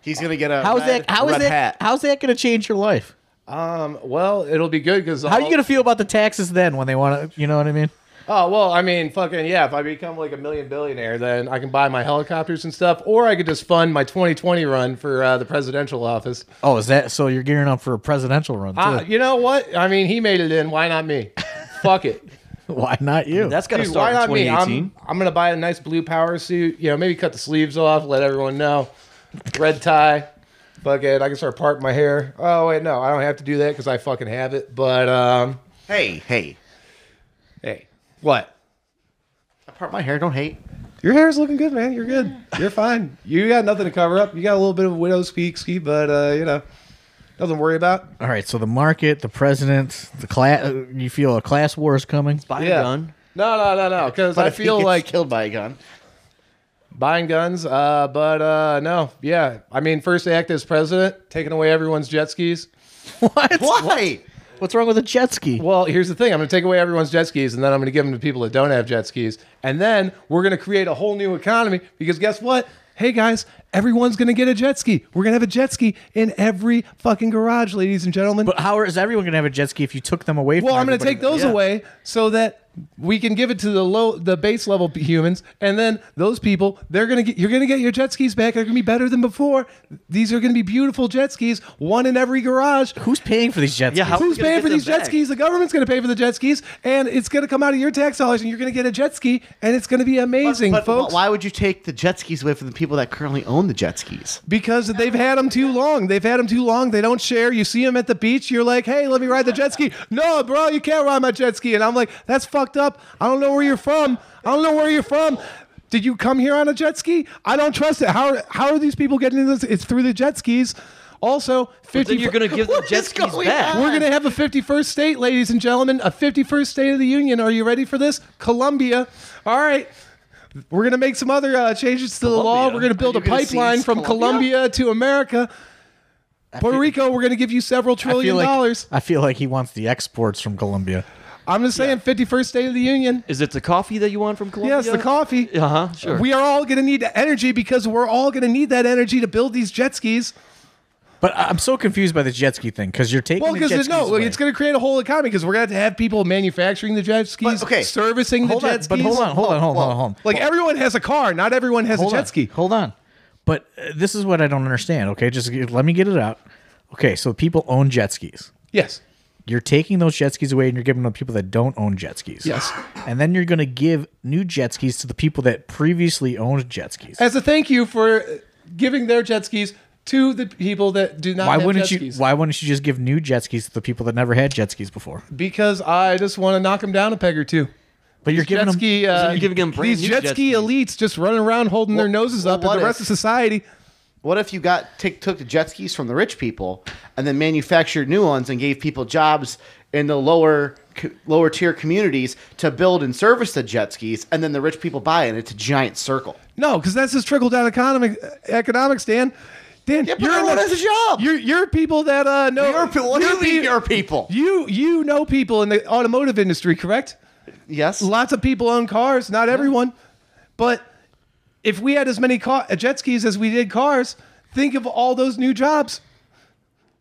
Speaker 3: He's going to get a
Speaker 2: How's
Speaker 3: red,
Speaker 2: that how is
Speaker 3: red
Speaker 2: that
Speaker 3: hat.
Speaker 2: how's that going to change your life?
Speaker 4: Um, well, it'll be good because.
Speaker 2: How are you going to feel about the taxes then when they want to, you know what I mean?
Speaker 4: Oh, well, I mean, fucking, yeah, if I become like a million billionaire, then I can buy my helicopters and stuff, or I could just fund my 2020 run for uh, the presidential office.
Speaker 2: Oh, is that so you're gearing up for a presidential run too?
Speaker 4: Uh, you know what? I mean, he made it in. Why not
Speaker 1: <laughs>
Speaker 4: me? Fuck it.
Speaker 2: <laughs> Why not you?
Speaker 1: That's gotta
Speaker 4: Dude,
Speaker 1: start
Speaker 4: why
Speaker 1: in
Speaker 4: not
Speaker 1: twenty
Speaker 4: me?
Speaker 1: eighteen.
Speaker 4: I'm, I'm gonna buy a nice blue power suit. You know, maybe cut the sleeves off, let everyone know. Red tie, fucking. I can start parting my hair. Oh wait, no, I don't have to do that because I fucking have it. But um,
Speaker 3: Hey, hey.
Speaker 4: hey, what?
Speaker 3: I part my hair. Don't hate.
Speaker 4: Your hair's looking good, man. You're good. You're fine. You got nothing to cover up. You got a little bit of widow's peak ski, but uh, you know, nothing to worry about.
Speaker 2: All right, so the market, the president, the class you feel a class war is coming? <laughs>
Speaker 1: Buy
Speaker 4: Yeah.
Speaker 1: a gun.
Speaker 4: No, no,
Speaker 1: <laughs>
Speaker 4: no, no. Because
Speaker 3: But
Speaker 4: I
Speaker 3: if he
Speaker 4: feel
Speaker 3: gets
Speaker 4: like
Speaker 3: killed by a gun.
Speaker 4: buying guns. Uh, but uh, no, yeah. I mean, first act as president, taking away everyone's jet skis.
Speaker 2: What?
Speaker 3: Why?
Speaker 2: What's wrong with a jet ski?
Speaker 4: Well, here's the thing. I'm going to take away everyone's jet skis, and then I'm going to give them to people that don't have jet skis. And then we're going to create a whole new economy because guess what? Hey, guys, everyone's going to get a jet ski. We're going to have a jet ski in every fucking garage, ladies and gentlemen.
Speaker 2: But how is everyone going to have a jet ski if you took them away from
Speaker 4: well, I'm going to
Speaker 2: everybody?
Speaker 4: take those
Speaker 1: yeah.
Speaker 4: away so that we can give it to the low, the base level p- humans, and then those people, they're gonna get, you're gonna get your jet skis back. They're gonna be better than before. These are gonna be beautiful jet skis, one in every garage.
Speaker 2: Who's paying for these jet skis?
Speaker 1: Yeah, how- are we
Speaker 4: Who's
Speaker 1: gonna
Speaker 4: paying
Speaker 1: get
Speaker 4: for
Speaker 1: them
Speaker 4: these jet
Speaker 1: back?
Speaker 4: skis? The government's going to pay for the jet skis, and it's going to come out of your tax dollars, and you're going to get a jet ski, and it's going to be amazing,
Speaker 3: But- but
Speaker 4: folks.
Speaker 3: Why would you take the jet skis away from the people that currently own the jet skis?
Speaker 4: Because they've had them too long. They've had them too long. They don't share. You see them at the beach. You're like, hey, let me ride the jet ski. No, bro, you can't ride my jet ski. And I'm like, that's fucked up. I don't know where you're from. I don't know where you're from. Did you come here on a jet ski? I don't trust it. How, how are these people getting into this? It's through the jet skis. Also, 50
Speaker 1: Then you're going to
Speaker 4: <laughs>
Speaker 1: give the
Speaker 3: What
Speaker 1: jet
Speaker 3: is
Speaker 1: skis
Speaker 3: going
Speaker 1: back.
Speaker 3: on?
Speaker 4: We're going to have a 51st state, ladies and gentlemen, a 51st state of the union. Are you ready for this? Columbia. All right. We're going to make some other uh, changes to the law.
Speaker 1: Columbia?
Speaker 4: We're going to build
Speaker 3: Are
Speaker 4: a
Speaker 3: you gonna seize
Speaker 4: pipeline from
Speaker 3: Columbia?
Speaker 4: Colombia to America. Puerto Rico, we're going to give you several
Speaker 2: I feel
Speaker 4: trillion
Speaker 2: like
Speaker 4: dollars.
Speaker 2: I feel like he wants the exports from Colombia.
Speaker 4: I'm just saying, 51st state of the union.
Speaker 1: Is it the coffee that you want from Colombia?
Speaker 4: Yes, the coffee.
Speaker 1: Uh huh. Sure.
Speaker 4: We are all going to need energy because we're all going to need that energy to build these jet skis.
Speaker 2: But I- I'm so confused by the jet ski thing because you're taking
Speaker 4: Well,
Speaker 2: the
Speaker 4: because
Speaker 2: jet
Speaker 4: there's no,
Speaker 2: skis away.
Speaker 4: it's going to create a whole economy because we're going to have to have people manufacturing the jet skis,
Speaker 3: okay.
Speaker 4: servicing
Speaker 2: hold
Speaker 4: the jet
Speaker 2: on,
Speaker 4: skis.
Speaker 2: but hold on, hold on, hold on, hold on, hold on.
Speaker 4: Like everyone has a car, not everyone has a
Speaker 2: hold
Speaker 4: jet
Speaker 2: on,
Speaker 4: ski.
Speaker 2: Hold on. But uh, this is what I don't understand. Okay, just g- let me get it out. Okay, so people own jet skis.
Speaker 4: Yes.
Speaker 2: You're taking those jet skis away and you're giving them to people that don't own jet skis.
Speaker 4: Yes.
Speaker 2: And then you're going to give new jet skis to the people that previously owned jet skis.
Speaker 4: As a thank you for uh, giving their jet skis to the people that do not
Speaker 2: Why
Speaker 4: have
Speaker 2: wouldn't
Speaker 4: jet
Speaker 2: you
Speaker 4: skis.
Speaker 2: why wouldn't you just give new jet skis to the people that never had jet skis before?
Speaker 4: Because I just want to knock them down a peg or two.
Speaker 2: But you're
Speaker 4: These jet
Speaker 2: giving them
Speaker 4: ski, uh,
Speaker 1: So you're giving them brand
Speaker 4: these
Speaker 1: new
Speaker 4: jet
Speaker 1: jet
Speaker 4: ski
Speaker 1: skis.
Speaker 4: elites just running around holding their
Speaker 3: Well-
Speaker 4: noses
Speaker 3: well,
Speaker 4: up at
Speaker 3: what
Speaker 4: the rest
Speaker 3: if-
Speaker 4: of society.
Speaker 3: What if you got take, took the jet skis from the rich people and then manufactured new ones and gave people jobs in the lower co- lower tier communities to build and service the jet skis, and then the rich people buy it? And it's a giant circle.
Speaker 4: No, because that's just trickle down economic economics, Dan. Dan,
Speaker 3: Yeah, but
Speaker 4: you're in
Speaker 3: everyone
Speaker 4: the-
Speaker 3: has a job.
Speaker 4: You're you're people that uh know
Speaker 3: Your people. What do you
Speaker 4: you're
Speaker 3: mean
Speaker 4: pe-
Speaker 3: your people?
Speaker 4: you you know people in the automotive industry, correct?
Speaker 3: Yes.
Speaker 4: Lots of people own cars, not everyone. But if we had as many car- uh, jet skis as we did cars, think of all those new jobs.
Speaker 3: <laughs>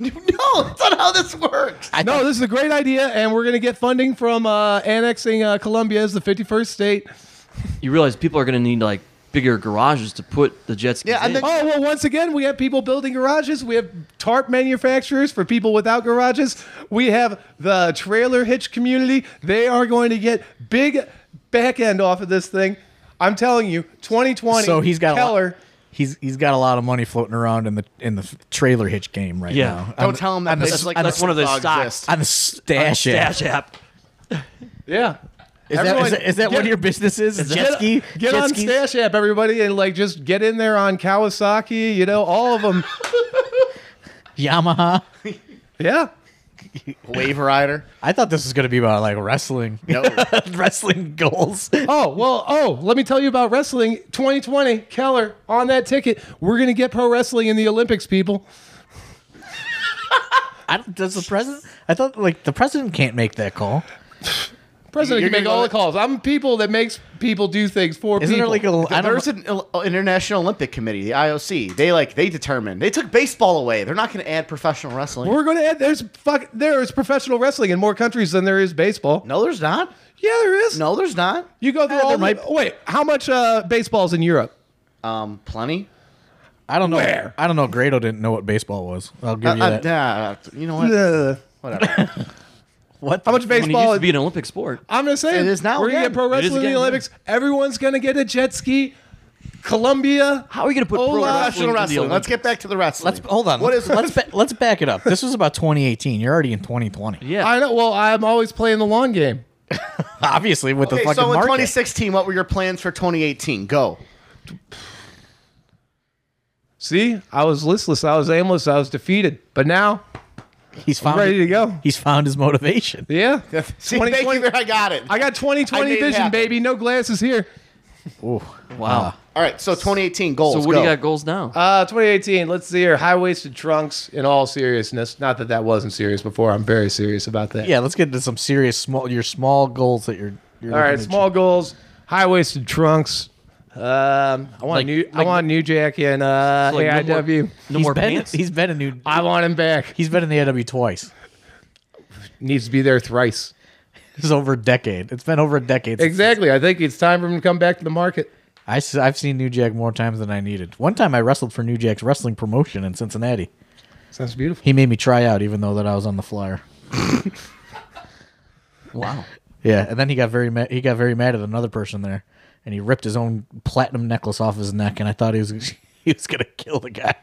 Speaker 3: No, that's not how this works.
Speaker 4: no, this is a great idea, and we're going to get funding from uh, annexing uh, Colombia as the 51st state.
Speaker 1: you realize people are going to need like bigger garages to put the jet skis
Speaker 3: Yeah, and
Speaker 1: in.
Speaker 3: then-
Speaker 4: Oh, well, once again, we have people building garages. We have tarp manufacturers for people without garages. We have the trailer hitch community. They are going to get big back end off of this thing. I'm telling you, 2020.
Speaker 2: So he's got
Speaker 4: Keller.
Speaker 2: A lot, he's he's got a lot of money floating around in the in the trailer hitch game right
Speaker 1: Yeah.
Speaker 2: now.
Speaker 3: Don't
Speaker 2: On the-
Speaker 3: tell them that.
Speaker 2: on the-
Speaker 3: this is like
Speaker 2: on the-
Speaker 1: that's one of those stocks.
Speaker 2: on the stash app.
Speaker 1: Dash app.
Speaker 4: Yeah.
Speaker 2: Is that, is that, is that what your business is? jet ski?
Speaker 4: Get
Speaker 2: jet
Speaker 4: on
Speaker 2: skis?
Speaker 4: Stash App, everybody, and like just get in there on Kawasaki, you know, all of them.
Speaker 2: Yamaha.
Speaker 4: <laughs> yeah.
Speaker 3: Wave rider.
Speaker 2: I thought this was going to be about like wrestling,
Speaker 3: No.
Speaker 2: <laughs> wrestling goals.
Speaker 4: Oh, well, oh, let me tell you about wrestling 2020. Keller, on that ticket, we're going to get pro wrestling in the Olympics, people.
Speaker 2: I don't, does the president? I thought like the president can't make that call.
Speaker 4: President
Speaker 3: You're
Speaker 4: can make
Speaker 3: gonna
Speaker 4: all
Speaker 3: go-
Speaker 4: the calls. I'm people that makes people do things for
Speaker 2: Isn't
Speaker 4: people.
Speaker 2: there like a? I don't.
Speaker 3: There's an Il- International Olympic Committee, the IOC. They like they determine. They took baseball away. They're not going to add professional wrestling.
Speaker 4: we're going to add there's fuck there is professional wrestling in more countries than there is baseball.
Speaker 3: no, there's not.
Speaker 4: Yeah, there is.
Speaker 3: No, there's not.
Speaker 4: You go through
Speaker 2: Eh,
Speaker 4: all
Speaker 2: there
Speaker 4: the,
Speaker 2: might-
Speaker 4: Wait, how much uh baseball's in Europe?
Speaker 3: Um, plenty.
Speaker 2: I don't know.
Speaker 4: Where?
Speaker 2: I don't know. Grado didn't know what baseball was. I'll give you
Speaker 3: Uh, uh,
Speaker 2: that.
Speaker 3: nah, you know what?
Speaker 4: Ugh.
Speaker 3: Whatever.
Speaker 2: <laughs> what?
Speaker 4: How much
Speaker 1: I mean, it
Speaker 4: baseball
Speaker 1: used to be an Olympic sport.
Speaker 4: I'm just saying
Speaker 3: It is now
Speaker 4: We're gonna get
Speaker 3: again.
Speaker 4: pro
Speaker 1: It is
Speaker 4: wrestling in
Speaker 1: again,
Speaker 4: the Olympics. Everyone's gonna get a jet ski. Colombia.
Speaker 1: How are you going to put pro
Speaker 4: Hola.
Speaker 1: wrestling, in
Speaker 3: professional
Speaker 1: the
Speaker 3: wrestling. Let's
Speaker 1: Olympics?
Speaker 3: get back to the wrestling.
Speaker 2: Let's hold on.
Speaker 3: What
Speaker 2: let's,
Speaker 3: is
Speaker 2: let's, ba- let's back it up. This was about 2018. You're already in 2020.
Speaker 1: Yeah.
Speaker 4: I know. Well, I'm always playing the long game.
Speaker 2: Obviously, with the
Speaker 3: Okay,
Speaker 2: fucking
Speaker 3: so in
Speaker 2: market.
Speaker 3: 2016, what were your plans for 2018? Go.
Speaker 4: See, I was listless. I was aimless. I was defeated. But now,
Speaker 2: he's found
Speaker 4: ready to go.
Speaker 2: He's found his motivation.
Speaker 4: yeah, <laughs>
Speaker 3: <laughs> See, thank you. I got it.
Speaker 4: I got 2020
Speaker 3: I made it
Speaker 4: vision,
Speaker 3: happen.
Speaker 4: baby. No glasses here.
Speaker 1: wow.
Speaker 3: All right, so 2018 goals.
Speaker 1: so what
Speaker 3: go.
Speaker 1: do you got goals now?
Speaker 4: Uh, 2018. Let's see here. High waisted trunks. In all seriousness, not that that wasn't serious before. I'm very serious about that.
Speaker 2: Yeah, let's get into some serious small your small goals that you're. you're
Speaker 4: All right.
Speaker 2: looking to
Speaker 4: Small goals. High waisted trunks. Um, I want
Speaker 1: Like-
Speaker 4: new. I
Speaker 1: like-
Speaker 4: want New Jack and uh,
Speaker 1: So, like, no
Speaker 4: AIW.
Speaker 1: more, no
Speaker 2: He's
Speaker 1: more
Speaker 2: been,
Speaker 1: pants.
Speaker 2: He's been a new.
Speaker 4: I want him back.
Speaker 2: He's been in the AW twice.
Speaker 4: needs to be there thrice.
Speaker 2: It's over a decade. It's been over a decade. since-
Speaker 4: Exactly. I think it's time for him to come back to the market.
Speaker 2: I, have seen New Jack more times than I needed. One time I wrestled for New Jack's wrestling promotion in Cincinnati.
Speaker 4: Sounds beautiful.
Speaker 2: He made me try out, even though that I was on the flyer.
Speaker 1: Wow.
Speaker 2: Yeah, and then he got very mad. He got very mad at another person there, and he ripped his own platinum necklace off his neck. And I thought he was <laughs> he was gonna kill the guy.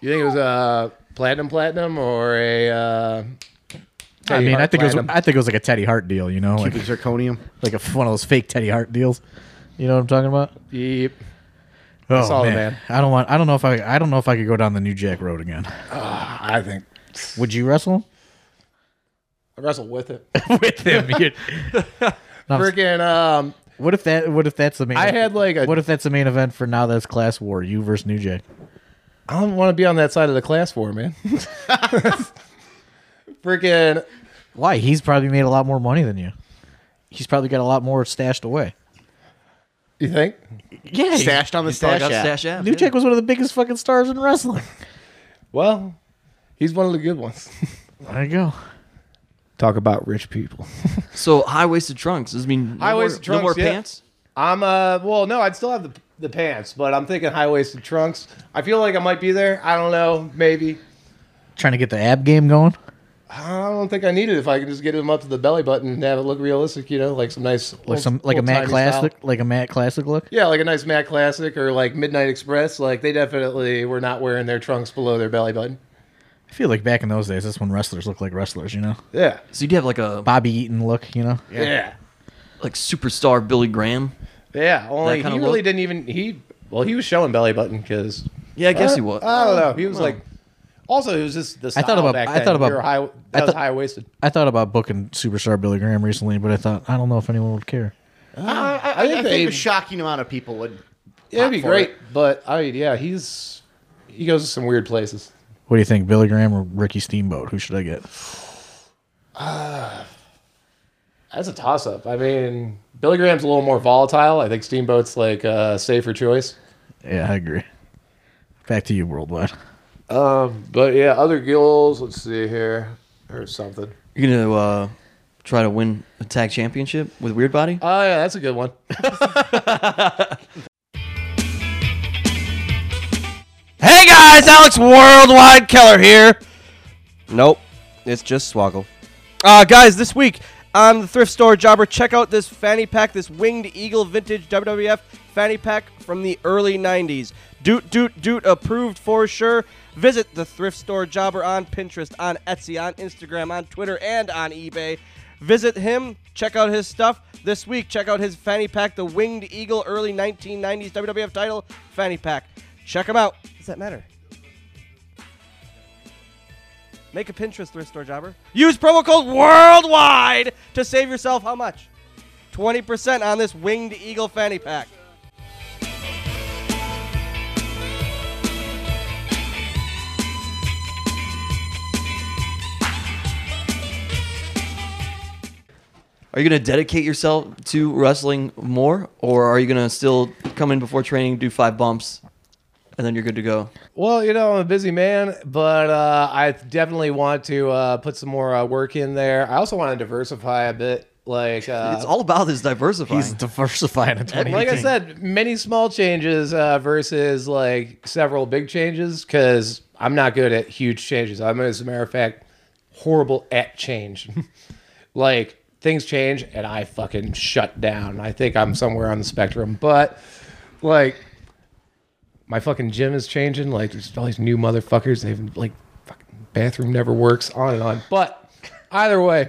Speaker 4: You think it was a platinum, platinum, or a? Uh,
Speaker 2: I
Speaker 4: Teddy
Speaker 2: mean, I
Speaker 4: Hart
Speaker 2: think it
Speaker 4: platinum?
Speaker 2: was I think it was like a Teddy Hart deal, you know, like
Speaker 3: Cuban zirconium.
Speaker 2: like a, one of those fake Teddy Hart deals. You know what I'm talking about?
Speaker 4: Yep.
Speaker 2: Oh
Speaker 4: all,
Speaker 2: man.
Speaker 4: man.
Speaker 2: I don't want. I don't know if I. I don't know if I could go down the New Jack road again.
Speaker 4: I think
Speaker 2: Would you wrestle
Speaker 4: I wrestle with <laughs> it.
Speaker 2: <laughs> with him? You'd-
Speaker 4: Freaking um,
Speaker 2: what if that? What if that's the main?
Speaker 4: I had like a.
Speaker 2: What if that's the main event for now? That's Class War. You versus New Jack.
Speaker 4: I don't want to be on that side of the class war, man. <laughs> Freaking
Speaker 2: Why? He's probably made a lot more money than you. He's probably got a lot more stashed away.
Speaker 4: You think?
Speaker 2: Yeah,
Speaker 3: Stashed on the
Speaker 1: He's probably
Speaker 3: stash
Speaker 1: got
Speaker 3: app.
Speaker 1: stash app,
Speaker 2: New
Speaker 1: yeah.
Speaker 2: Jack was one of the biggest fucking stars in wrestling.
Speaker 4: Well, he's one of the good ones.
Speaker 2: <laughs> There you go.
Speaker 4: Talk about rich people.
Speaker 1: So high waisted trunks. Does it mean no more,
Speaker 4: High-waisted
Speaker 1: no more
Speaker 4: trunks, yeah.
Speaker 1: pants?
Speaker 4: I'm uh well no, I'd still have the the pants, but I'm thinking high waisted trunks. I feel like I might be there. I don't know, maybe.
Speaker 2: Trying to get the ab game going.
Speaker 4: I don't think I need it if I can just get them up to the belly button and have it look realistic, you know, like some nice
Speaker 2: Like some like a Matt Classic, like a Matt Classic look.
Speaker 4: Yeah, like a nice Matt Classic or like Midnight Express. Like they definitely were not wearing their trunks below their belly button.
Speaker 2: I feel like back in those days, that's when wrestlers looked like wrestlers. You know,
Speaker 4: Yeah.
Speaker 1: So you'd have like a
Speaker 2: Bobby Eaton look. You know,
Speaker 4: Yeah. Yeah.
Speaker 1: like superstar Billy Graham.
Speaker 4: only he
Speaker 1: kinda
Speaker 4: really
Speaker 1: look?
Speaker 4: didn't even he well, he was showing belly button because
Speaker 1: Yeah, I guess he was.
Speaker 4: I don't know. He was
Speaker 1: Well.
Speaker 4: like also it was just
Speaker 2: Oh,
Speaker 4: the
Speaker 2: I
Speaker 4: style
Speaker 2: thought about-
Speaker 4: back
Speaker 2: I
Speaker 4: then.
Speaker 2: thought about-
Speaker 4: We were high, that
Speaker 2: I
Speaker 4: was
Speaker 2: thought-
Speaker 4: high waisted.
Speaker 2: I thought about booking superstar Billy Graham recently, but I thought I don't know if anyone would care.
Speaker 3: I, I,
Speaker 4: I think
Speaker 3: I
Speaker 4: they-
Speaker 3: think a shocking amount of people would.
Speaker 4: Yeah, it'd be
Speaker 3: for
Speaker 4: great.
Speaker 3: it.
Speaker 4: But I mean, yeah, he's he goes to some weird places.
Speaker 2: What do you think, Billy Graham or Ricky Steamboat? Who should I get?
Speaker 4: That's a toss up. I mean, Billy Graham's a little more volatile. I think Steamboat's like a safer choice.
Speaker 2: Yeah, I agree. Back to you, <laughs> worldwide.
Speaker 4: Um, but yeah, other gills. Let's see here or something.
Speaker 1: You're gonna uh, try to win a tag championship with Weird Body?
Speaker 4: Oh yeah, that's a good one.
Speaker 5: Hey guys, Alex Worldwide Keller here. Nope, it's just Swoggle. Uh, guys, this week on the thrift store jobber, check out this fanny pack, this winged eagle vintage WWF fanny pack from the early 90s. Doot, doot, doot, approved for sure. Visit the thrift store jobber on Pinterest, on Etsy, on Instagram, on Twitter, and on eBay. Visit him, check out his stuff. This week, check out his fanny pack, the Winged Eagle early 1990s WWF title fanny pack. Check him out. Does that matter? Make a Pinterest thrift store jobber. Use promo code WORLDWIDE to save yourself how much? 20% on this Winged Eagle fanny pack.
Speaker 1: Are you gonna dedicate yourself to wrestling more, or are you gonna still come in before training, do five bumps, and then you're good to go?
Speaker 4: Well, you know, I'm a busy man, but uh, I definitely want to uh, put some more uh, work in there. I also want to diversify a bit. Like <laughs> uh,
Speaker 1: it's all about this diversifying.
Speaker 2: He's diversifying in
Speaker 4: And like I
Speaker 2: 2018.
Speaker 4: said, many small changes uh, versus like several big changes because I'm not good at huge changes. I'm, as a matter of fact, horrible at change. <laughs> like things change and I fucking shut down. I think I'm somewhere on the spectrum, but like my fucking gym is changing. Like there's all these new motherfuckers. They've like fucking bathroom never works. On and on. But either way,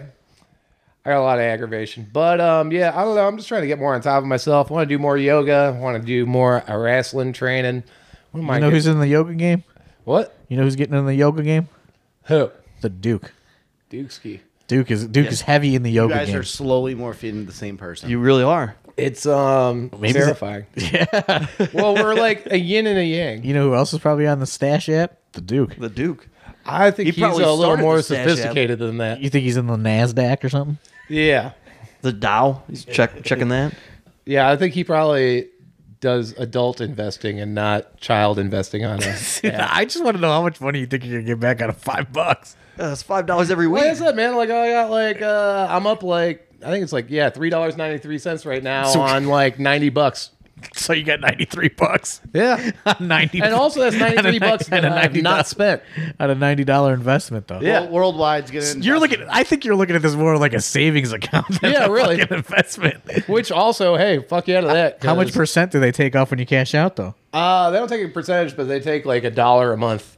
Speaker 4: I got a lot of aggravation. But um, yeah, I don't know. I'm just trying to get more on top of myself. want to do more yoga. want to do more uh, wrestling training. What am I?
Speaker 2: You know
Speaker 4: getting-
Speaker 2: who's in the yoga game?
Speaker 4: what?
Speaker 2: You know who's getting in the yoga game?
Speaker 4: Who?
Speaker 2: The Duke.
Speaker 4: Dukeski.
Speaker 2: Duke is Duke is heavy in the
Speaker 3: You
Speaker 2: yoga
Speaker 3: guys
Speaker 2: game.
Speaker 3: are slowly morphing into the same person.
Speaker 1: you really are.
Speaker 4: It's um
Speaker 2: Maybe it's- <laughs>
Speaker 4: terrifying. yeah. well, we're like a yin and a yang.
Speaker 2: you know who else is probably on the stash app? The Duke.
Speaker 1: The Duke.
Speaker 4: I think
Speaker 1: He
Speaker 4: he's a
Speaker 1: probably
Speaker 4: little
Speaker 1: started
Speaker 4: more
Speaker 1: the stash app.
Speaker 4: sophisticated than that.
Speaker 2: You think he's in the Nasdaq or <laughs> something?
Speaker 4: Yeah.
Speaker 1: The Dow. He's check, checking <laughs> that.
Speaker 4: Yeah, I think he probably does adult investing and not child investing
Speaker 2: <laughs>
Speaker 4: on us.
Speaker 2: I just want to know how much money you think you're gonna get back out of five bucks.
Speaker 1: Uh, that's five dollars every week.
Speaker 4: Like I said, man, like I got like uh I'm up like I think it's like yeah, three dollars ninety three cents right now on like ninety bucks.
Speaker 2: So you got ninety three bucks. <laughs>
Speaker 4: Yeah,
Speaker 2: ninety.
Speaker 4: and
Speaker 2: <laughs>
Speaker 4: also that's ninety three bucks that I've not spent.
Speaker 2: on a ninety dollar investment though.
Speaker 3: World- worldwide's getting.
Speaker 2: You're looking. I think you're looking at this more like a savings account. Than
Speaker 4: Yeah,
Speaker 2: a
Speaker 4: really.
Speaker 2: fucking
Speaker 4: <laughs>
Speaker 2: investment.
Speaker 4: Which also, hey, fuck you out of that.
Speaker 2: How much
Speaker 4: 'cause,
Speaker 2: percent do they take off when you cash out though? <laughs>
Speaker 4: uh, they don't take a percentage, but they take like a dollar a month.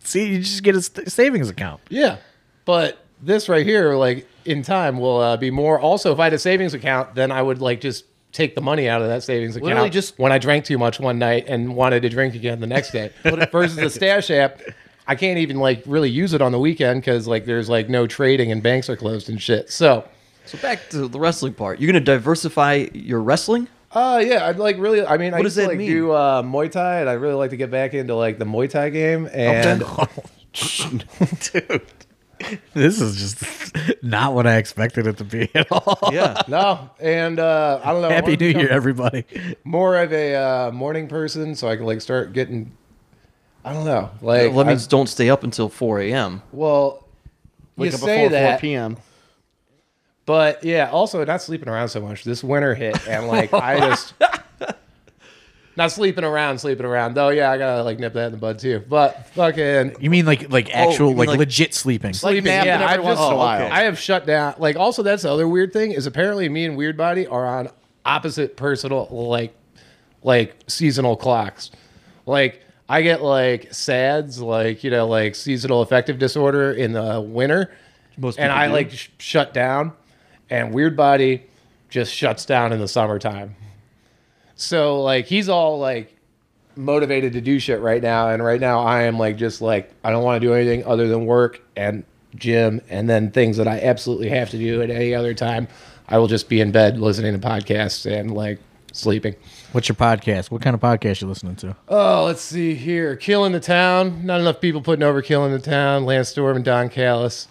Speaker 2: See, you just get a st- savings account.
Speaker 4: Yeah, but this right here, like in time, will uh, be more. Also, if I had a savings account, then I would like just take the money out of that savings account.
Speaker 3: Literally just-
Speaker 4: when I drank too much one night and wanted to drink again the next day. Versus the stash app, I can't even like really use it on the weekend because like there's like no trading and banks are closed and shit. So.
Speaker 1: So back to the wrestling part. You're gonna diversify your wrestling.
Speaker 4: Uh yeah, I'd like really. I mean, I
Speaker 1: What does
Speaker 4: used to
Speaker 1: that
Speaker 4: like
Speaker 1: mean?
Speaker 4: do uh, Muay Thai, and I really like to get back into like the Muay Thai game.
Speaker 1: <laughs>
Speaker 4: And
Speaker 2: <laughs> Dude, this is just not what I expected it to be at all.
Speaker 1: Yeah.
Speaker 4: no, and uh, I don't know.
Speaker 2: <laughs>
Speaker 4: I
Speaker 2: Happy
Speaker 4: wanna
Speaker 2: New
Speaker 4: become
Speaker 2: Year, everybody.
Speaker 4: More of a uh, morning person, so I can like start getting. I don't know. Like,
Speaker 1: Let
Speaker 4: I,
Speaker 1: me don't stay up until 4 a.m.
Speaker 4: well,
Speaker 3: wake
Speaker 4: you
Speaker 3: up
Speaker 4: say
Speaker 3: before
Speaker 4: that,
Speaker 3: 4 p.m.
Speaker 4: but yeah. Also, not sleeping around so much. This winter hit, and like
Speaker 3: <laughs>
Speaker 4: I just not sleeping around, sleeping around. Though, yeah, I gotta like nip that in the bud too. But fucking
Speaker 2: You mean like like actual
Speaker 1: you mean
Speaker 2: like,
Speaker 1: like-
Speaker 2: legit sleeping?
Speaker 3: Like
Speaker 4: sleeping.
Speaker 3: napping
Speaker 4: yeah,
Speaker 3: every
Speaker 4: I've
Speaker 3: once
Speaker 4: just-
Speaker 3: in a while.
Speaker 4: I have shut down. Like, also, that's the other weird thing is apparently me and Weird Body are on opposite personal like like seasonal clocks. Like, I get like SADS, like you know, like seasonal affective disorder in the winter,
Speaker 1: Most
Speaker 4: and
Speaker 1: people
Speaker 4: I
Speaker 1: do.
Speaker 4: like sh- shut down, and Weird Body just shuts down in the summertime. So like he's all like motivated to do shit right now and right now I am like just like I don't want to do anything other than work and gym and then things that I absolutely have to do at any other time. I will just be in bed listening to podcasts and like sleeping.
Speaker 2: What's your podcast? What kind of podcast you listening to?
Speaker 4: Oh, let's see here. Killing the Town. Not enough people putting over Killing the Town. Lance Storm and Don Callis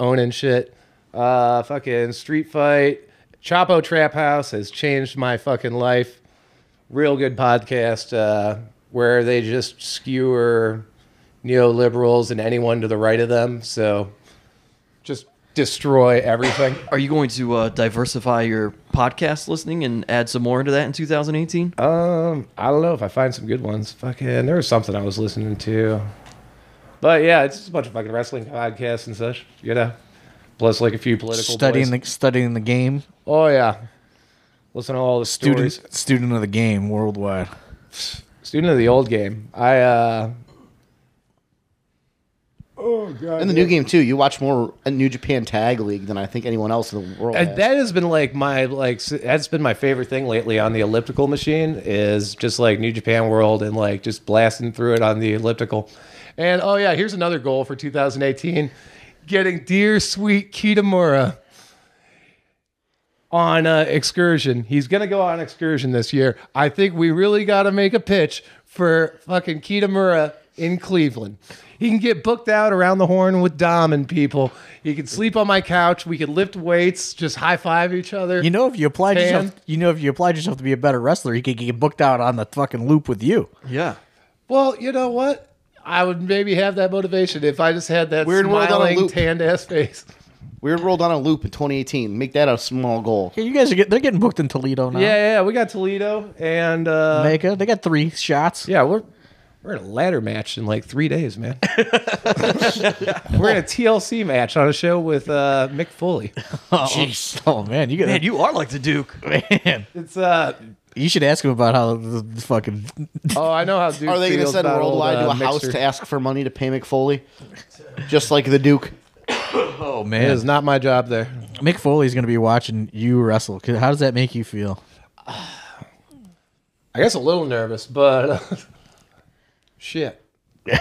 Speaker 4: owning shit. Uh, fucking Street Fight. Chapo Trap House has changed my fucking life. Real good podcast uh, where they just skewer neoliberals and anyone to the right of them. So just destroy everything.
Speaker 1: Are you going to uh, diversify your podcast listening and add some more into that in 2018?
Speaker 4: Um, I don't know if I find some good ones. Fucking, there was something I was listening to, but yeah, it's just a bunch of fucking wrestling podcasts and such. You know, plus like a few political
Speaker 2: Studying
Speaker 4: boys.
Speaker 2: the studying the game.
Speaker 4: oh yeah, listen to all the
Speaker 2: Student
Speaker 4: stories.
Speaker 2: student of the game worldwide.
Speaker 4: Student of the old game. I uh,
Speaker 3: In the new game too, you watch more uh, New Japan Tag League than I think anyone else in the world.
Speaker 4: And
Speaker 3: has.
Speaker 4: that has been like my like s- that's been my favorite thing lately on the elliptical machine is just like New Japan World and like just blasting through it on the elliptical. And oh yeah, here's another goal for 2018: getting dear sweet Kitamura on uh, excursion. He's gonna go on excursion this year. I think we really got to make a pitch for fucking Kitamura in Cleveland. He can get booked out around the horn with Dom and people. He can sleep on my couch. We can lift weights, just high five each other.
Speaker 2: You know if you applied
Speaker 4: Fan.
Speaker 2: yourself, you know if you applied yourself to be a better wrestler, you could get booked out on the fucking loop with you.
Speaker 1: Yeah.
Speaker 4: well, you know what? I would maybe have that motivation if I just had that
Speaker 3: Weird World on a
Speaker 4: smiling,
Speaker 3: loop.
Speaker 4: tanned ass face.
Speaker 3: Weird World on a loop in 2018. Make that a small goal.
Speaker 2: Yeah, you guys are get, they're getting booked in Toledo now.
Speaker 4: Yeah, yeah, we got Toledo and uh,
Speaker 2: Mecca, they got three shots.
Speaker 4: Yeah, we're we're in a ladder match in like three days, man. <laughs> we're in a TLC match on a show with uh, Mick Foley.
Speaker 2: Jeez. Oh man, you got
Speaker 1: Man, you are like the Duke.
Speaker 2: <laughs> man.
Speaker 4: It's uh
Speaker 2: You should ask him about how the, the fucking.
Speaker 4: oh, I know how. Duke
Speaker 3: Are they going to
Speaker 4: feels
Speaker 3: send
Speaker 4: about old,
Speaker 3: worldwide
Speaker 4: uh,
Speaker 3: to a house
Speaker 4: Mixer.
Speaker 3: to ask for money to pay McFoley, just like the Duke?
Speaker 2: Oh
Speaker 4: It
Speaker 2: man,
Speaker 4: is not my job there.
Speaker 2: Mick Foley's gonna be watching you wrestle. 'Cause How does that make you feel?
Speaker 4: I guess a little nervous, but <laughs> uh, shit.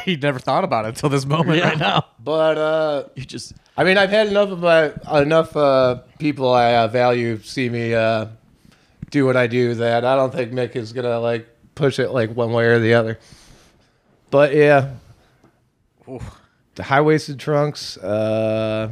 Speaker 2: he never thought about it until this moment
Speaker 1: Yeah.
Speaker 2: right now.
Speaker 4: But uh,
Speaker 1: You just
Speaker 4: I mean, I've had enough of my enough uh, people I uh, value see me uh, do what I do that I don't think Mick is gonna like push it like one way or the other. But yeah, the high waisted trunks, uh,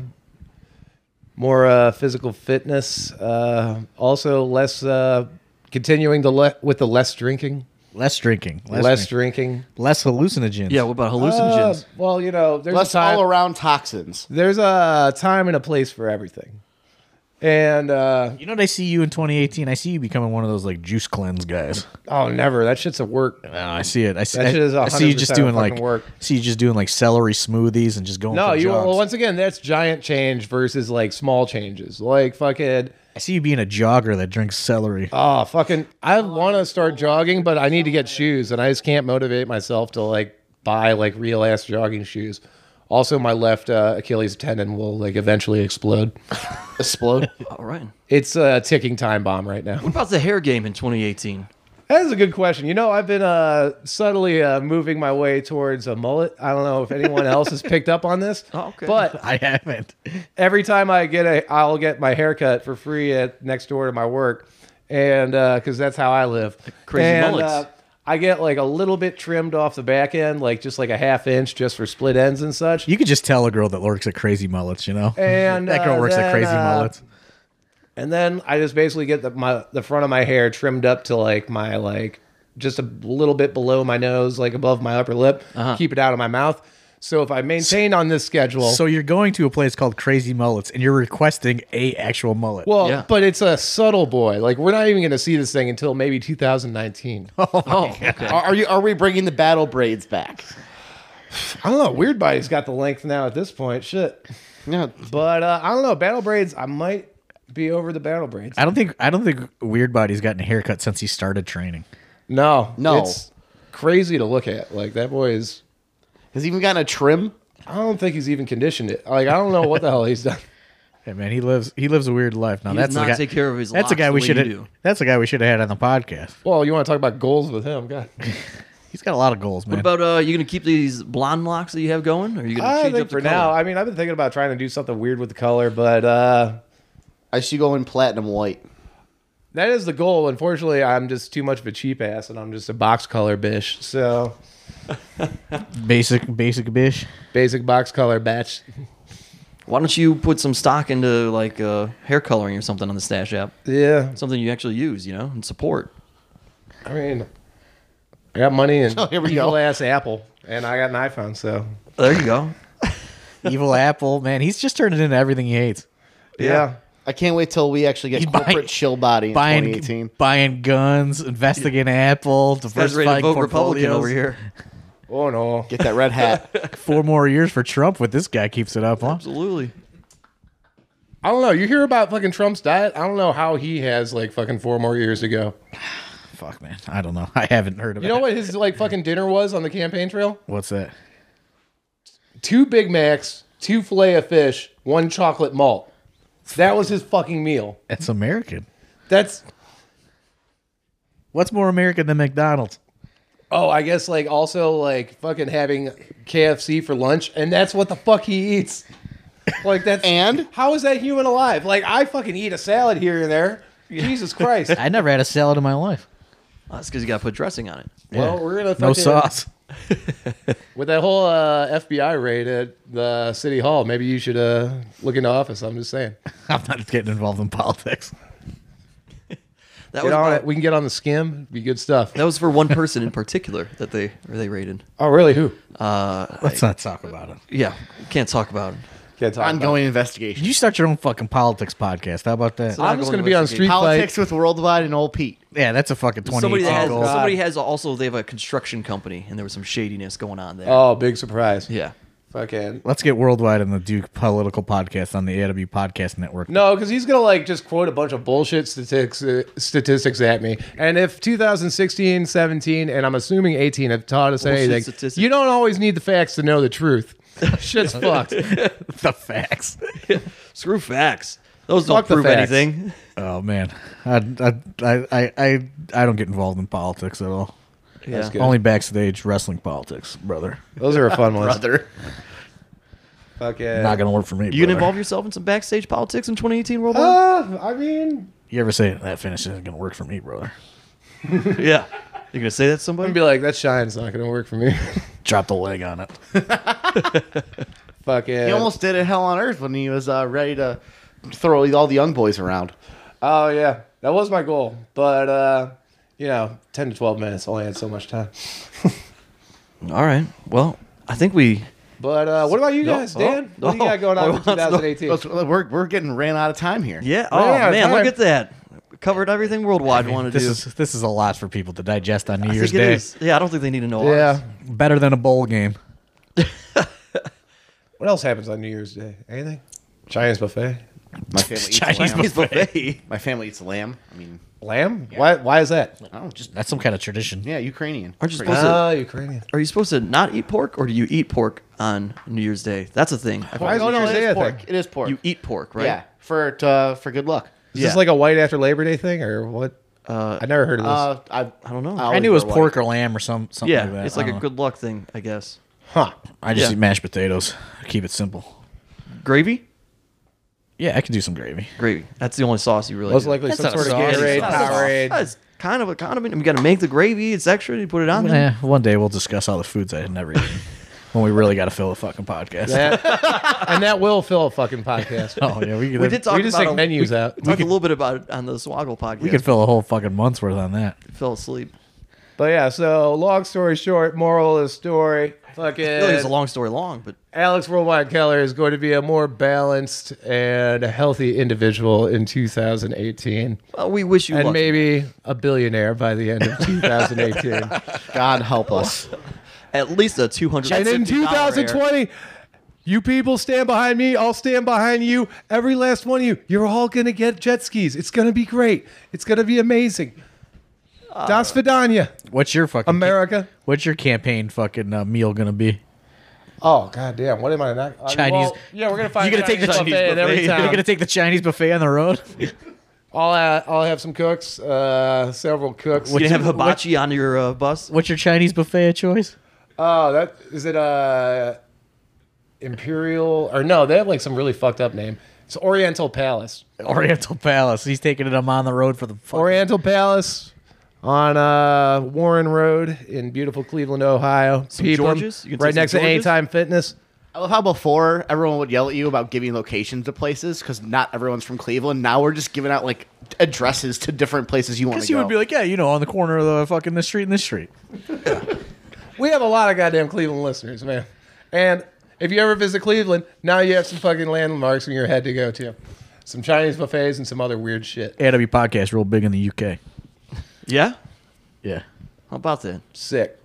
Speaker 4: more uh, physical fitness, uh, also less uh, continuing the le- with the less drinking,
Speaker 2: Less drinking, less
Speaker 4: less,
Speaker 2: less,
Speaker 4: drinking.
Speaker 2: less hallucinogens.
Speaker 1: yeah. What about hallucinogens?
Speaker 4: Uh, well, you know, there's a
Speaker 3: Less
Speaker 4: time-
Speaker 3: all around toxins.
Speaker 4: there's a time and a place for everything. And uh,
Speaker 2: You know what I see you in 2018? I see you becoming one of those like juice cleanse guys.
Speaker 4: oh, never. That shit's a work.
Speaker 2: Uh, I see it. I see.
Speaker 4: That
Speaker 2: I,
Speaker 4: shit is
Speaker 2: I see you just
Speaker 4: 100%
Speaker 2: doing
Speaker 4: fucking
Speaker 2: like.
Speaker 4: work.
Speaker 2: See you just doing like celery smoothies and just going.
Speaker 4: No,
Speaker 2: for
Speaker 4: you
Speaker 2: jogs.
Speaker 4: well, once again, that's giant change versus like small changes. Like fucking
Speaker 2: I see you being a jogger that drinks celery.
Speaker 4: oh fucking I want to start jogging, but I need to get shoes, and I just can't motivate myself to like buy like real ass jogging shoes. Also, my left uh, Achilles tendon will like eventually explode.
Speaker 3: Explode.
Speaker 1: All right. What
Speaker 4: It's a ticking time bomb right now.
Speaker 1: about the hair game in 2018?
Speaker 4: That is a good question. You know, I've been uh, subtly uh, moving my way towards a mullet. I don't know
Speaker 1: <laughs>
Speaker 4: if anyone else has picked up on this,
Speaker 1: Oh, okay.
Speaker 4: but
Speaker 2: I haven't.
Speaker 4: every time I get a, I'll get my haircut for free at next door to my work, and because that's how I live.
Speaker 1: Crazy
Speaker 4: and, uh,
Speaker 1: mullets.
Speaker 4: I get like a little bit trimmed off the back end, like just like a half inch, just for split ends and such.
Speaker 2: You could just tell a girl that works at Crazy Mullets, you know. <laughs>
Speaker 4: And,
Speaker 2: that girl
Speaker 4: uh,
Speaker 2: works at
Speaker 4: then,
Speaker 2: Crazy
Speaker 4: uh,
Speaker 2: Mullets.
Speaker 4: And then I just basically get the my the front of my hair trimmed up to like my like just a little bit below my nose, like above my upper lip, keep it out of my mouth. So if I maintain on this schedule,
Speaker 2: So you're going to a place called Crazy Mullets, and you're requesting a actual mullet.
Speaker 4: well,
Speaker 1: Yeah.
Speaker 4: but it's a subtle boy. Like we're not even going to see this thing until maybe 2019.
Speaker 1: Oh, okay.
Speaker 3: are, are you? Are we bringing the battle braids back?
Speaker 4: I don't know. Weird body's got the length now at this point. Shit.
Speaker 3: No.
Speaker 4: But uh, I don't know. Battle braids. I might be over the battle braids.
Speaker 2: I don't think I don't think Weird Body's gotten a haircut since he started training.
Speaker 4: No,
Speaker 3: No.
Speaker 4: It's crazy to look at. Like that boy is.
Speaker 3: Has he even gotten a trim?
Speaker 4: I don't think he's even conditioned it. Like I don't know what the hell he's done.
Speaker 2: Hey man, he lives he lives a weird life. Now
Speaker 1: He does
Speaker 2: that's the
Speaker 1: not
Speaker 2: guy,
Speaker 1: take care of his
Speaker 2: That's a
Speaker 1: locks
Speaker 2: guy
Speaker 1: the
Speaker 2: we
Speaker 1: way
Speaker 2: should
Speaker 1: you do.
Speaker 2: have. That's a guy we should have had on the podcast.
Speaker 4: Well, you want to talk about goals with him? God,
Speaker 2: He's got a lot of goals, man.
Speaker 1: What about uh, you gonna keep these blonde locks that you have going? Or are you gonna
Speaker 4: I
Speaker 1: change
Speaker 4: think
Speaker 1: up the
Speaker 4: for
Speaker 1: color?
Speaker 4: now. I mean, I've been thinking about trying to do something weird with the color, but uh,
Speaker 3: I should go in platinum white.
Speaker 4: that is the goal. Unfortunately, I'm just too much of a cheap ass, and I'm just a box color bitch. So
Speaker 2: basic basic bish?
Speaker 4: basic box color batch.
Speaker 1: Why don't you put some stock into like uh, hair coloring or something on the Stash app?
Speaker 4: Yeah,
Speaker 1: Something you actually use, you know, and support.
Speaker 4: I mean, I got money and
Speaker 3: here we go.
Speaker 4: evil ass Apple, and I got an iPhone. So
Speaker 1: There you go. <laughs>
Speaker 2: Evil Apple, man. He's just turning into everything he hates.
Speaker 4: yeah.
Speaker 3: I can't wait till we actually get
Speaker 2: He's
Speaker 3: corporate
Speaker 2: buying-
Speaker 3: chill body in
Speaker 2: Buying
Speaker 3: 2018.
Speaker 2: buying guns, investing in Apple,
Speaker 1: Guys ready to
Speaker 2: diversifying
Speaker 1: vote Republican
Speaker 2: portfolios.
Speaker 1: over here.
Speaker 4: Oh no.
Speaker 3: Get that red hat.
Speaker 2: Four more years for Trump with this guy keeps it up, huh?
Speaker 1: Absolutely.
Speaker 4: I don't know. You hear about fucking Trump's diet? I don't know how he has like fucking four more years to go.
Speaker 2: Fuck, man. I don't know. <laughs> I haven't heard of
Speaker 4: You
Speaker 2: it.
Speaker 4: know what his like fucking dinner was on the campaign trail?
Speaker 2: What's that?
Speaker 4: Two Big Macs, two fillet of fish, one chocolate malt. That was his fucking meal.
Speaker 2: That's American.
Speaker 4: That's
Speaker 2: What's more American than McDonald's?
Speaker 4: oh, I guess like also like fucking having KFC for lunch, and that's what the fuck he eats. Like that's
Speaker 3: And?
Speaker 4: how is that human alive? Like I fucking eat a salad here and there. Jesus Christ.
Speaker 2: I never had a salad in my life.
Speaker 1: Well, that's because you gotta put dressing on it.
Speaker 4: Well, we're gonna
Speaker 2: No
Speaker 4: fucking-
Speaker 2: sauce.
Speaker 4: With that whole uh, FBI raid at the city hall, maybe you should uh, look into office. I'm just saying.
Speaker 2: <laughs> I'm not getting involved in politics.
Speaker 1: That
Speaker 4: Get
Speaker 1: was
Speaker 4: on
Speaker 1: my-
Speaker 4: it. We can get on the skim. It'd Be good stuff.
Speaker 1: that was for one person in particular that they or they rated.
Speaker 4: Oh, really? Who?
Speaker 2: Let's not talk about it.
Speaker 1: Yeah, can't talk about it.
Speaker 4: Can't talk. about
Speaker 2: <laughs>
Speaker 3: Ongoing investigation.
Speaker 2: You start your own fucking politics podcast. How about that?
Speaker 4: it. I'm just gonna be on
Speaker 1: investigate.
Speaker 4: street
Speaker 3: Politics
Speaker 4: fight.
Speaker 3: with worldwide and old Pete.
Speaker 2: yeah, that's a fucking
Speaker 1: Somebody
Speaker 2: 28
Speaker 1: that has
Speaker 4: Oh, God.
Speaker 1: somebody has also they have a construction company and there was some shadiness going on there.
Speaker 4: Oh, big surprise.
Speaker 1: Yeah.
Speaker 4: Fucking.
Speaker 2: Let's get worldwide in the Duke political podcast on the AW Podcast Network.
Speaker 4: No, because he's gonna like just quote a bunch of bullshit statistics uh, statistics at me. And if 2016, 17, and I'm assuming 18 have taught us
Speaker 1: Bullshit
Speaker 4: anything,
Speaker 1: statistics.
Speaker 4: you don't always need the facts to know the truth. Shit's
Speaker 2: <laughs>
Speaker 4: fucked.
Speaker 2: the facts.
Speaker 1: <laughs> Screw facts. Those
Speaker 4: Fuck the
Speaker 1: don't prove
Speaker 4: facts.
Speaker 1: anything.
Speaker 2: Oh man, I I, I I I I don't get involved in politics at all.
Speaker 1: Yeah.
Speaker 4: good.
Speaker 2: Only backstage wrestling politics, brother.
Speaker 4: Those are a fun ones.
Speaker 3: Brother.
Speaker 4: Fucking.
Speaker 2: Not gonna work for me.
Speaker 1: You gonna
Speaker 2: brother.
Speaker 1: involve yourself in some backstage politics in 2018 World War?
Speaker 4: Uh, I mean,
Speaker 2: You ever say that finish isn't gonna work for me, brother?
Speaker 1: yeah. You gonna say that to somebody?
Speaker 4: and be like, that shine's not gonna work for me. <laughs>
Speaker 2: Drop the leg on it.
Speaker 4: Fuck yeah.
Speaker 3: He almost did it hell on earth when he was uh, ready to throw all the young boys around.
Speaker 4: oh yeah, that was my goal, but uh, you know, ten to twelve minutes. Only had so much time.
Speaker 1: All right. Well, I think we
Speaker 4: But uh, what about you
Speaker 1: No,
Speaker 4: guys,
Speaker 1: oh,
Speaker 4: Dan? what do you
Speaker 1: no,
Speaker 4: got going
Speaker 1: I
Speaker 4: on in
Speaker 1: want no-
Speaker 4: 2018?
Speaker 3: Let's- We're, we're getting ran out of time here.
Speaker 1: Yeah.
Speaker 4: Ran
Speaker 1: Oh
Speaker 4: out of
Speaker 1: man,
Speaker 4: time.
Speaker 1: look at that. Covered everything worldwide wanted to
Speaker 2: This
Speaker 1: do.
Speaker 2: is this is a lot for people to digest on New
Speaker 1: I
Speaker 2: Year's
Speaker 1: think it
Speaker 2: Day.
Speaker 1: is. Yeah, I don't think they need to know.
Speaker 4: Yeah.
Speaker 1: <laughs> ours.
Speaker 2: Better than a bowl game.
Speaker 4: What else happens on New Year's Day? Anything? Chinese buffet.
Speaker 3: My family eats
Speaker 2: Chinese
Speaker 3: lamb.
Speaker 1: Chinese buffet.
Speaker 3: My family eats lamb. I mean,
Speaker 4: Lamb? Why? Why is that?
Speaker 3: I don't just
Speaker 2: That's some kind of tradition.
Speaker 3: yeah, Ukrainian.
Speaker 1: Aren't you supposed to-
Speaker 4: Ah, Ukrainian.
Speaker 1: Are you supposed to not eat pork, or do you eat pork on New Year's Day? That's a thing. I
Speaker 4: Why
Speaker 1: forgot.
Speaker 4: is
Speaker 3: Oh,
Speaker 4: New
Speaker 3: no,
Speaker 4: Year's
Speaker 3: it
Speaker 4: Day a
Speaker 3: is pork.
Speaker 4: thing?
Speaker 3: It is pork.
Speaker 1: you eat pork, right?
Speaker 3: Yeah, for uh, for good luck.
Speaker 4: Is
Speaker 1: Yeah.
Speaker 4: this like a white after Labor Day thing or what? I never heard of this.
Speaker 3: Uh, I
Speaker 1: I don't know.
Speaker 3: I
Speaker 2: I
Speaker 3: always
Speaker 2: knew it was
Speaker 3: wear white.
Speaker 2: pork or lamb or some something
Speaker 1: yeah,
Speaker 2: like that.
Speaker 1: it's
Speaker 2: I
Speaker 1: like a
Speaker 2: don't know.
Speaker 1: good luck thing, I guess.
Speaker 4: huh.
Speaker 2: I just
Speaker 1: yeah.
Speaker 2: eat mashed potatoes. I keep it simple.
Speaker 1: Gravy,
Speaker 2: Yeah, I can do some gravy.
Speaker 1: gravy. That's the only sauce you really.
Speaker 4: Most
Speaker 1: do.
Speaker 4: likely
Speaker 2: That's
Speaker 4: some
Speaker 2: not
Speaker 4: sort of
Speaker 2: sauce.
Speaker 4: Gatorade,
Speaker 2: That's not sauce.
Speaker 4: Powerade.
Speaker 1: That's kind of a condiment. You got to make the gravy. It's extra. You put it on there.
Speaker 2: Eh, one day we'll discuss all the foods I never
Speaker 1: <laughs>
Speaker 2: eat when we really got to fill a fucking podcast.
Speaker 4: That- and that will fill a fucking
Speaker 2: <laughs>
Speaker 4: podcast.
Speaker 1: <laughs>
Speaker 2: oh yeah, we could.
Speaker 1: We did talk
Speaker 4: we just
Speaker 1: about
Speaker 4: take
Speaker 1: a-
Speaker 4: menus
Speaker 1: we
Speaker 4: out.
Speaker 1: Talked a little bit about it on the Swaggle podcast.
Speaker 2: we could fill a whole fucking month's worth on that.
Speaker 1: fell asleep.
Speaker 4: But yeah, so long story short, moral of the story,
Speaker 1: I feel like it's
Speaker 4: fucking
Speaker 1: a long story long, but
Speaker 4: Alex Worldwide Keller is going to be a more balanced and healthy individual in 2018,
Speaker 1: well, we wish you
Speaker 4: and
Speaker 1: luck.
Speaker 4: maybe a billionaire by the end of <laughs> 2018.
Speaker 3: God help us.
Speaker 1: At least a two hundred.
Speaker 4: and in 2020. You people stand behind me. I'll stand behind you. Every last one of you. You're all going to get jet skis. It's going to be great. It's going to be amazing. das Vidania,
Speaker 2: What's your fucking
Speaker 4: America.
Speaker 2: What's your campaign fucking uh, meal gonna be?
Speaker 4: Oh god damn! What am I not I mean,
Speaker 2: Chinese-
Speaker 4: well, yeah, we're gonna find.
Speaker 2: You gonna take the
Speaker 4: Chinese
Speaker 2: Chinese
Speaker 4: buffet in every
Speaker 1: buffet.
Speaker 4: town.
Speaker 2: <laughs> You're gonna take the Chinese buffet on
Speaker 1: <laughs>
Speaker 2: the road.
Speaker 4: I'll uh, I'll have some cooks, uh, several cooks.
Speaker 1: You have hibachi on your uh, bus.
Speaker 2: What's your Chinese buffet of choice?
Speaker 4: Oh, that is it. Uh, Imperial or no? They have like some really fucked up name. It's Oriental Palace.
Speaker 2: Oriental Palace. He's taking it. I'm on the road for the fucking
Speaker 4: Oriental Palace on uh, Warren Road in beautiful Cleveland, Ohio.
Speaker 1: Some
Speaker 4: Peep 'em.
Speaker 1: Georges? You can take
Speaker 4: right
Speaker 1: some
Speaker 4: next to
Speaker 1: Georges?
Speaker 4: Anytime Fitness.
Speaker 3: <laughs> I love how before everyone would yell at you about giving locations to places because not everyone's from Cleveland. Now we're just giving out like addresses to different places you want to
Speaker 2: Because
Speaker 3: go.
Speaker 2: you would be like, yeah, you know, on the corner of the fucking this street and this street.
Speaker 4: We have a lot of goddamn Cleveland listeners, man. And if you ever visit Cleveland, now you have some fucking landmarks in your head to go to. Some Chinese buffets and some other weird shit.
Speaker 2: AW podcast real big in the UK.
Speaker 1: Yeah.
Speaker 2: Yeah.
Speaker 1: How about that?
Speaker 4: Sick.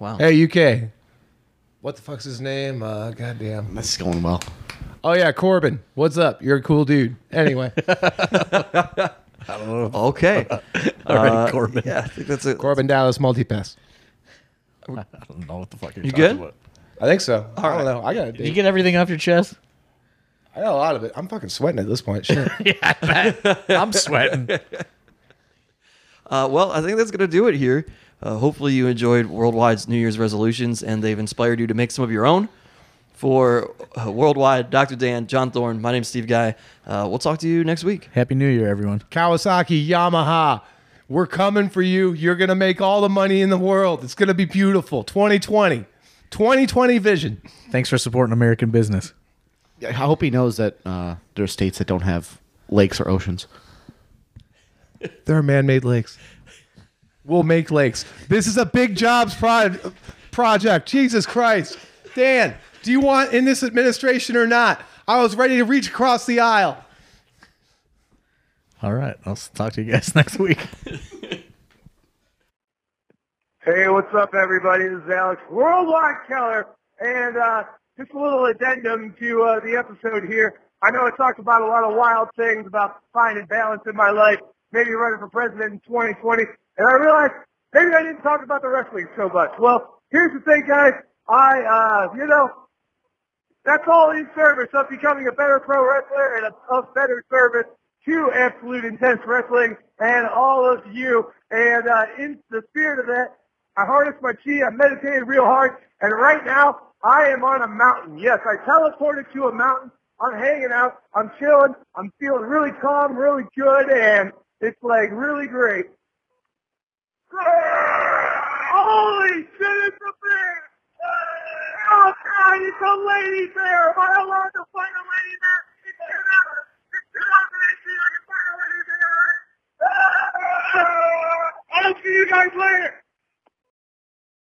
Speaker 1: Wow.
Speaker 4: Hey, UK. What the fuck's his name? Uh, goddamn.
Speaker 3: this is going well.
Speaker 4: Oh, yeah, Corbin. What's up? You're a cool dude. Anyway, <laughs>
Speaker 2: <laughs>
Speaker 1: Okay.
Speaker 2: <laughs> All right, Corbin.
Speaker 1: yeah, I think that's it.
Speaker 4: Corbin Dallas multipass.
Speaker 2: I don't know what the fuck you're
Speaker 1: You
Speaker 2: talking
Speaker 1: good?
Speaker 2: about.
Speaker 4: I think so. I don't know. I got a
Speaker 2: Did you
Speaker 4: date.
Speaker 2: get everything off your chest?
Speaker 4: I got a lot of it. I'm fucking sweating at this point. Shit.
Speaker 2: <laughs> I'm sweating.
Speaker 1: Uh, well, I think that's going to do it here. Uh, hopefully, you enjoyed Worldwide's New Year's resolutions and they've inspired you to make some of your own. For uh, Worldwide, Dr. Dan, John Thorne, my name's Steve Guy. Uh, we'll talk to you next week.
Speaker 2: <laughs> Happy New Year, everyone.
Speaker 4: Kawasaki, Yamaha. We're coming for you. You're going to make all the money in the world. It's going to be beautiful. 2020. 2020 vision.
Speaker 2: Thanks for supporting American business.
Speaker 3: I hope he knows that uh, there are states that don't have lakes or oceans.
Speaker 4: There are man-made lakes. We'll make lakes. This is a big jobs pro- project. Jesus Christ. Dan, do you want in this administration or not? I was ready to reach across the aisle.
Speaker 2: All right. I'll s- talk to you guys <laughs> next week.
Speaker 6: Hey, what's up, everybody? This is Alex Worldwide Keller, and uh, just a little addendum to uh, the episode here. I know I talked about a lot of wild things about finding balance in my life, maybe running for president in 2020, and I realized maybe I didn't talk about the wrestling so much. Well, here's the thing, guys. I, uh, you know, that's all in service of becoming a better pro wrestler and a, of better service to Absolute Intense Wrestling and all of you. And uh, in the spirit of that, I harnessed my chi, I meditated real hard, and right now I am on a mountain. Yes, I teleported to a mountain. I'm hanging out. I'm chilling. I'm feeling really calm, really good, and it's like really great. Holy shit, it's a bear! Oh god, it's a lady bear! Am I allowed to fight Ah!